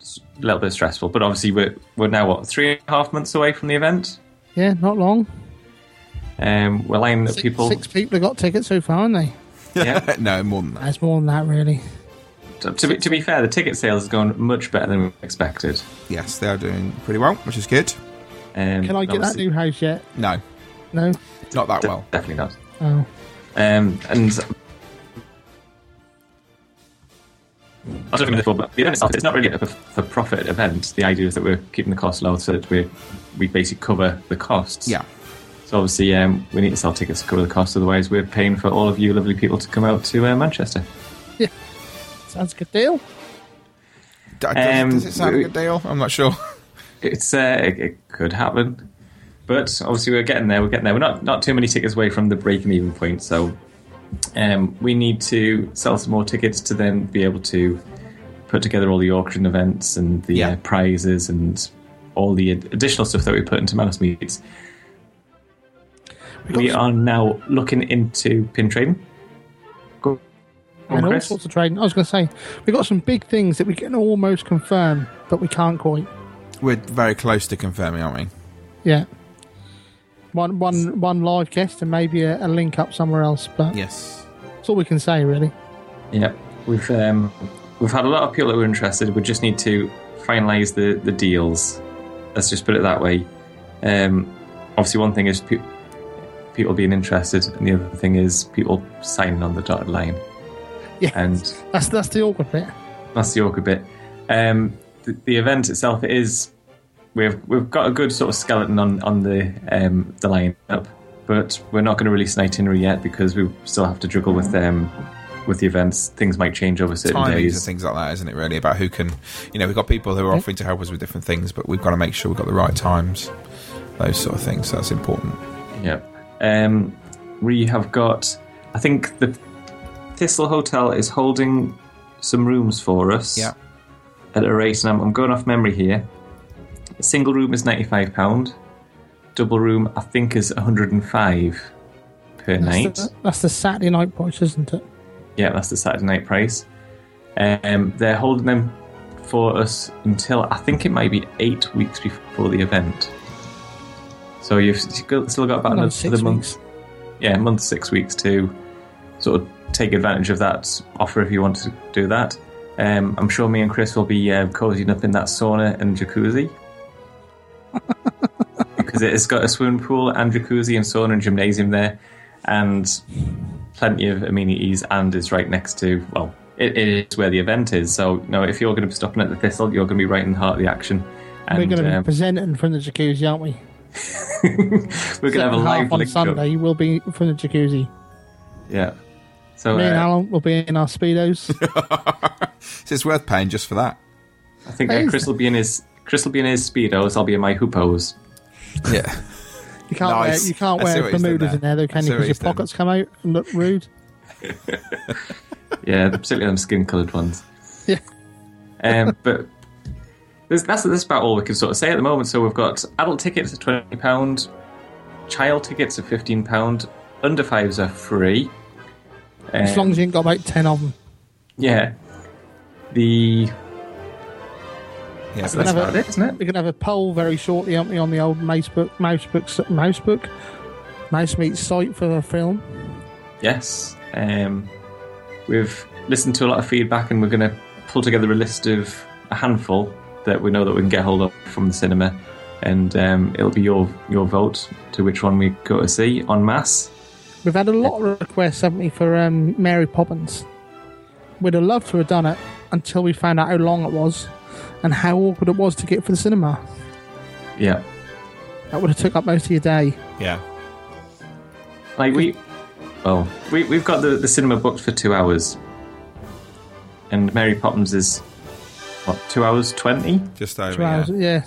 s- a little bit stressful. But obviously, we're, we're now, what, three and a half months away from the event?
Yeah, not long.
Um, we're lining up people.
Six people have got tickets so far, haven't they?
Yeah.
no, more than that.
That's more than that, really.
To, to be, to be fair, the ticket sales has gone much better than we expected.
Yes, they are doing pretty well, which is good.
Um,
Can I get that new house yet?
No,
No.
not that well.
Definitely not.
Oh,
Um, and I don't know before, but the event itself, it's not really a for profit event. The idea is that we're keeping the costs low so that we we basically cover the costs.
Yeah.
So obviously, um, we need to sell tickets to cover the costs. Otherwise, we're paying for all of you lovely people to come out to uh, Manchester.
sounds a good deal.
D- Does,
Um,
does it sound
we-
like a good deal? I'm not sure.
It's uh, it, it could happen, but obviously we're getting there. We're getting there. We're not not too many tickets away from the breaking even point, so um, we need to sell some more tickets to then be able to put together all the auction events and the uh, prizes and all the ad- additional stuff that we put into Manus Meets. We are now looking into pin trading. Go on,
and all
Chris.
sorts of trading. I was going to say, we've got some big things that we can almost confirm, but we can't quite.
We're very close to confirming, aren't we?
Yeah. One, one, one live guest and maybe a, a link up somewhere else, but
yes,
that's all we can say, really.
Yeah, we've um, we've had a lot of people that were interested. We just need to finalise the the deals. Let's just put it that way. Um, obviously, one thing is pe- people being interested, and the other thing is people signing on the dotted line.
Yeah,
and
That's that's the awkward bit.
that's the awkward bit. Um, the, the event itself it is we've we've got a good sort of skeleton on on the um, the lineup, but we're not going to release an itinerary yet because we still have to juggle with um, with the events. Things might change over certain
timings and
days.
things like that, isn't it? Really about who can, you know, we've got people who are offering to help us with different things, but we've got to make sure we've got the right times, those sort of things. So that's important.
Yeah. Um, we have got. I think the Thistle Hotel is holding some rooms for us.
Yeah.
At a rate, and I'm, I'm going off memory here. A single room is ninety-five pound. Double room, I think, is one hundred and five per night.
That's the, that's the Saturday night price, isn't it?
Yeah, that's the Saturday night price. Um, they're holding them for us until I think it might be eight weeks before the event. So you've still still got about
Another
another
six
month. Yeah, month six weeks to sort of take advantage of that offer if you want to do that. Um, I'm sure me and Chris will be uh, cozying up in that sauna and jacuzzi because it's got a swimming pool and jacuzzi and sauna and gymnasium there, and plenty of amenities. And is right next to well, it, it is where the event is. So no, if you're going to be stopping at the Thistle, you're going to be right in the heart of the action. And
We're going to be
um,
presenting from the jacuzzi, aren't we?
um, we're going to have a
Second half
live
on
link up.
Sunday. We'll be from the jacuzzi.
Yeah. So
Me and
uh,
Alan will be in our speedos.
So it's worth paying just for that.
I think uh, Chris will be in his Chris will be in his speedos. I'll be in my hoopos.
Yeah.
You can't
Nice.
wear you can't
I see
wear
what he's done
Bermudas
there.
in there though,
I
can
see
you?
what
Because your
he's done.
pockets come out and look rude.
yeah, particularly them skin coloured ones.
Yeah.
Um, but there's, that's that's about all we can sort of say at the moment. So we've got adult tickets at twenty pound, child tickets at fifteen pound, under fives are free.
as
Um,
long as you ain't got about ten of them.
yeah, the
yeah,
that's about it, isn't it?
We're gonna have a poll very shortly, aren't we, on the old Mousebook Mousebook Mousebook Mouse Meet site for the film.
Yes. Um, we've listened to a lot of feedback and we're going to pull together a list of a handful that we know that we can get hold of from the cinema, and um, it'll be your your vote to which one we go to see en masse.
We've had a lot of requests, haven't we, for um, Mary Poppins. We'd have loved to have done it until we found out how long it was and how awkward it was to get for the cinema.
Yeah,
That would have took up most of your day.
yeah.
Like we, well, we we've got the, the cinema booked for two hours, and Mary Poppins is what two hours twenty?
Just
Two hours, yeah.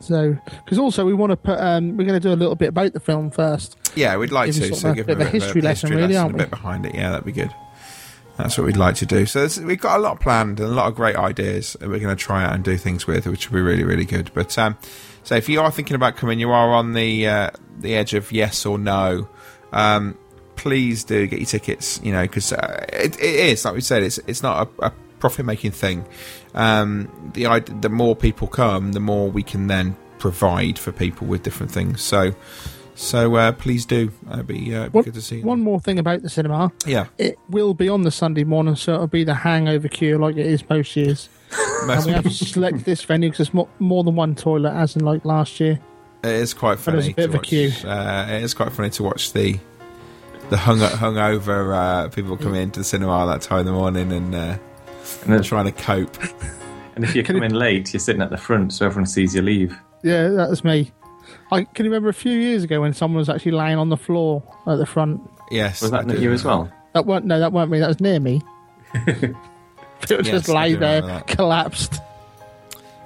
So, because also we want to put, um, we're going to do a little bit about the film first.
Yeah, we'd like
Give you
to.
sort
So
of
give
bit
them
of a history lesson, really,
lesson,
aren't
a
we?
bit behind it. Yeah, that'd be good. That's what we'd like to do. So there's- we've got a lot planned and a lot of great ideas that we're going to try out and do things with, which will be really, really good. But um, so if you are thinking about coming, you are on the uh, the edge of yes or no. Um, please do get your tickets. You know, because uh, it, it is like we said, it's it's not a, a profit making thing. Um, the id- the more people come, the more we can then provide for people with different things. So. So uh, please do. It'd be, uh, it'd be
One,
good to see. you.
one more thing about the cinema.
Yeah.
It will be on the Sunday morning, so it'll be the hangover queue like it is most years. and we have to select this venue because it's more, more than one toilet, as in like last year.
It is quite
That
funny.
is a bit
to
of a queue.
watch, Uh, it is quite funny to watch the the hung hungover uh, people come into the cinema at that time in the morning and uh, and they're trying to cope.
And if you come in late, you're sitting at the front, so everyone sees you leave.
Yeah, that was me. I can remember a few years ago when someone was actually laying on the floor at the front.
Yes,
was that
I do
you as well?
That weren't no, that weren't me. That was near me. People
Yes,
just
I
lay
do
there,
remember that.
collapsed.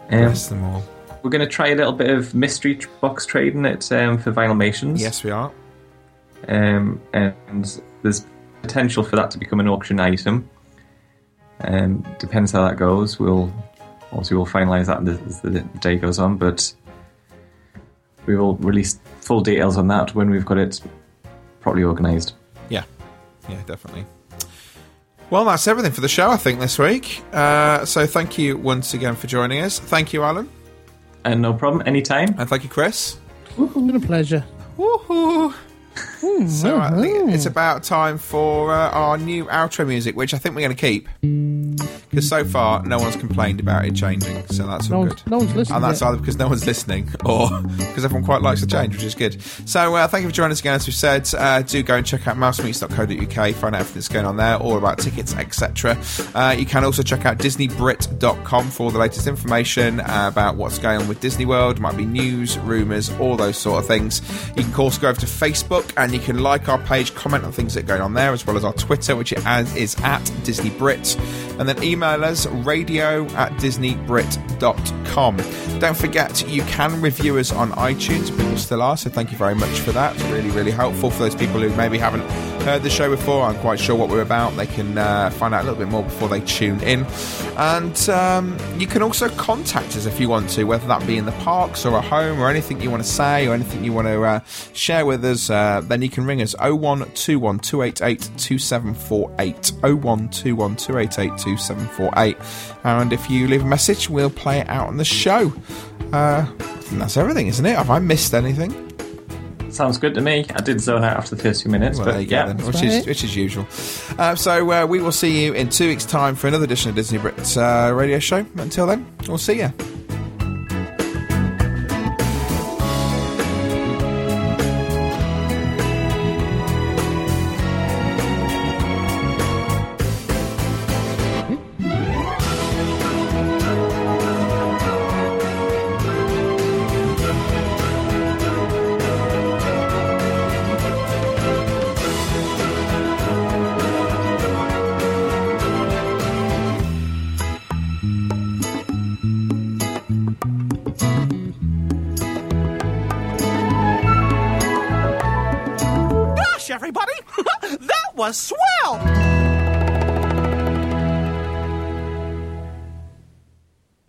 Bless them all.
We're going to try a little bit of mystery tr- box trading at um, for Vinylmations.
Yes, we are.
Um, and there's potential for that to become an auction item. Um, depends how that goes. We'll obviously we'll finalise that as the, the day goes on, but we will release full details on that when we've got it properly organised.
Yeah, yeah, definitely. Well, that's everything for the show, I think, this week. Uh, so thank you once again for joining us. Thank you, Alan.
And no problem, anytime.
And thank you, Chris.
It's been a pleasure.
Woohoo!
Hmm,
So I think it's about time for uh, our new outro music, which I think we're going to keep because so far no one's complained about it changing, so that's
No
all
one's-
good.
no one's listening
and that's
yet.
either because no one's listening or because everyone quite likes the change, which is good. So uh, thank you for joining us again. As we said, uh, do go and check out mousemeets.co.uk, find out everything that's going on there, all about tickets, etc. Uh, you can also check out DisneyBrit.com for all the latest information uh, about what's going on with Disney World. Might be news, rumours, all those sort of things. You can also go over to Facebook and you can like our page, comment on things that are going on there, as well as our Twitter, which is is at DisneyBrit and then email us radio at disneybrit.com. Don't forget, you can review us on iTunes. People still are, so thank you very much for that. It's really, really helpful for those people who maybe haven't heard the show before, aren't quite sure what we're about. They can uh, find out a little bit more before they tune in. And um, you can also contact us if you want to, whether that be in the parks or at home or anything you want to say or anything you want to uh, share with us. Uh, then you can ring us 0121 288 2748. 0121 288 2748. And if you leave a message, we'll play it out on the show. Uh, and that's everything, isn't it? Have I missed anything?
Sounds good to me. I did zone out after the first few minutes,
Well,
but
there you go
yeah,
then, which is which is usual. Uh, so uh, we will see you in two weeks' time for another edition of Disney Brits uh, Radio Show. Until then, we'll see you.
Gosh, everybody! that was swell!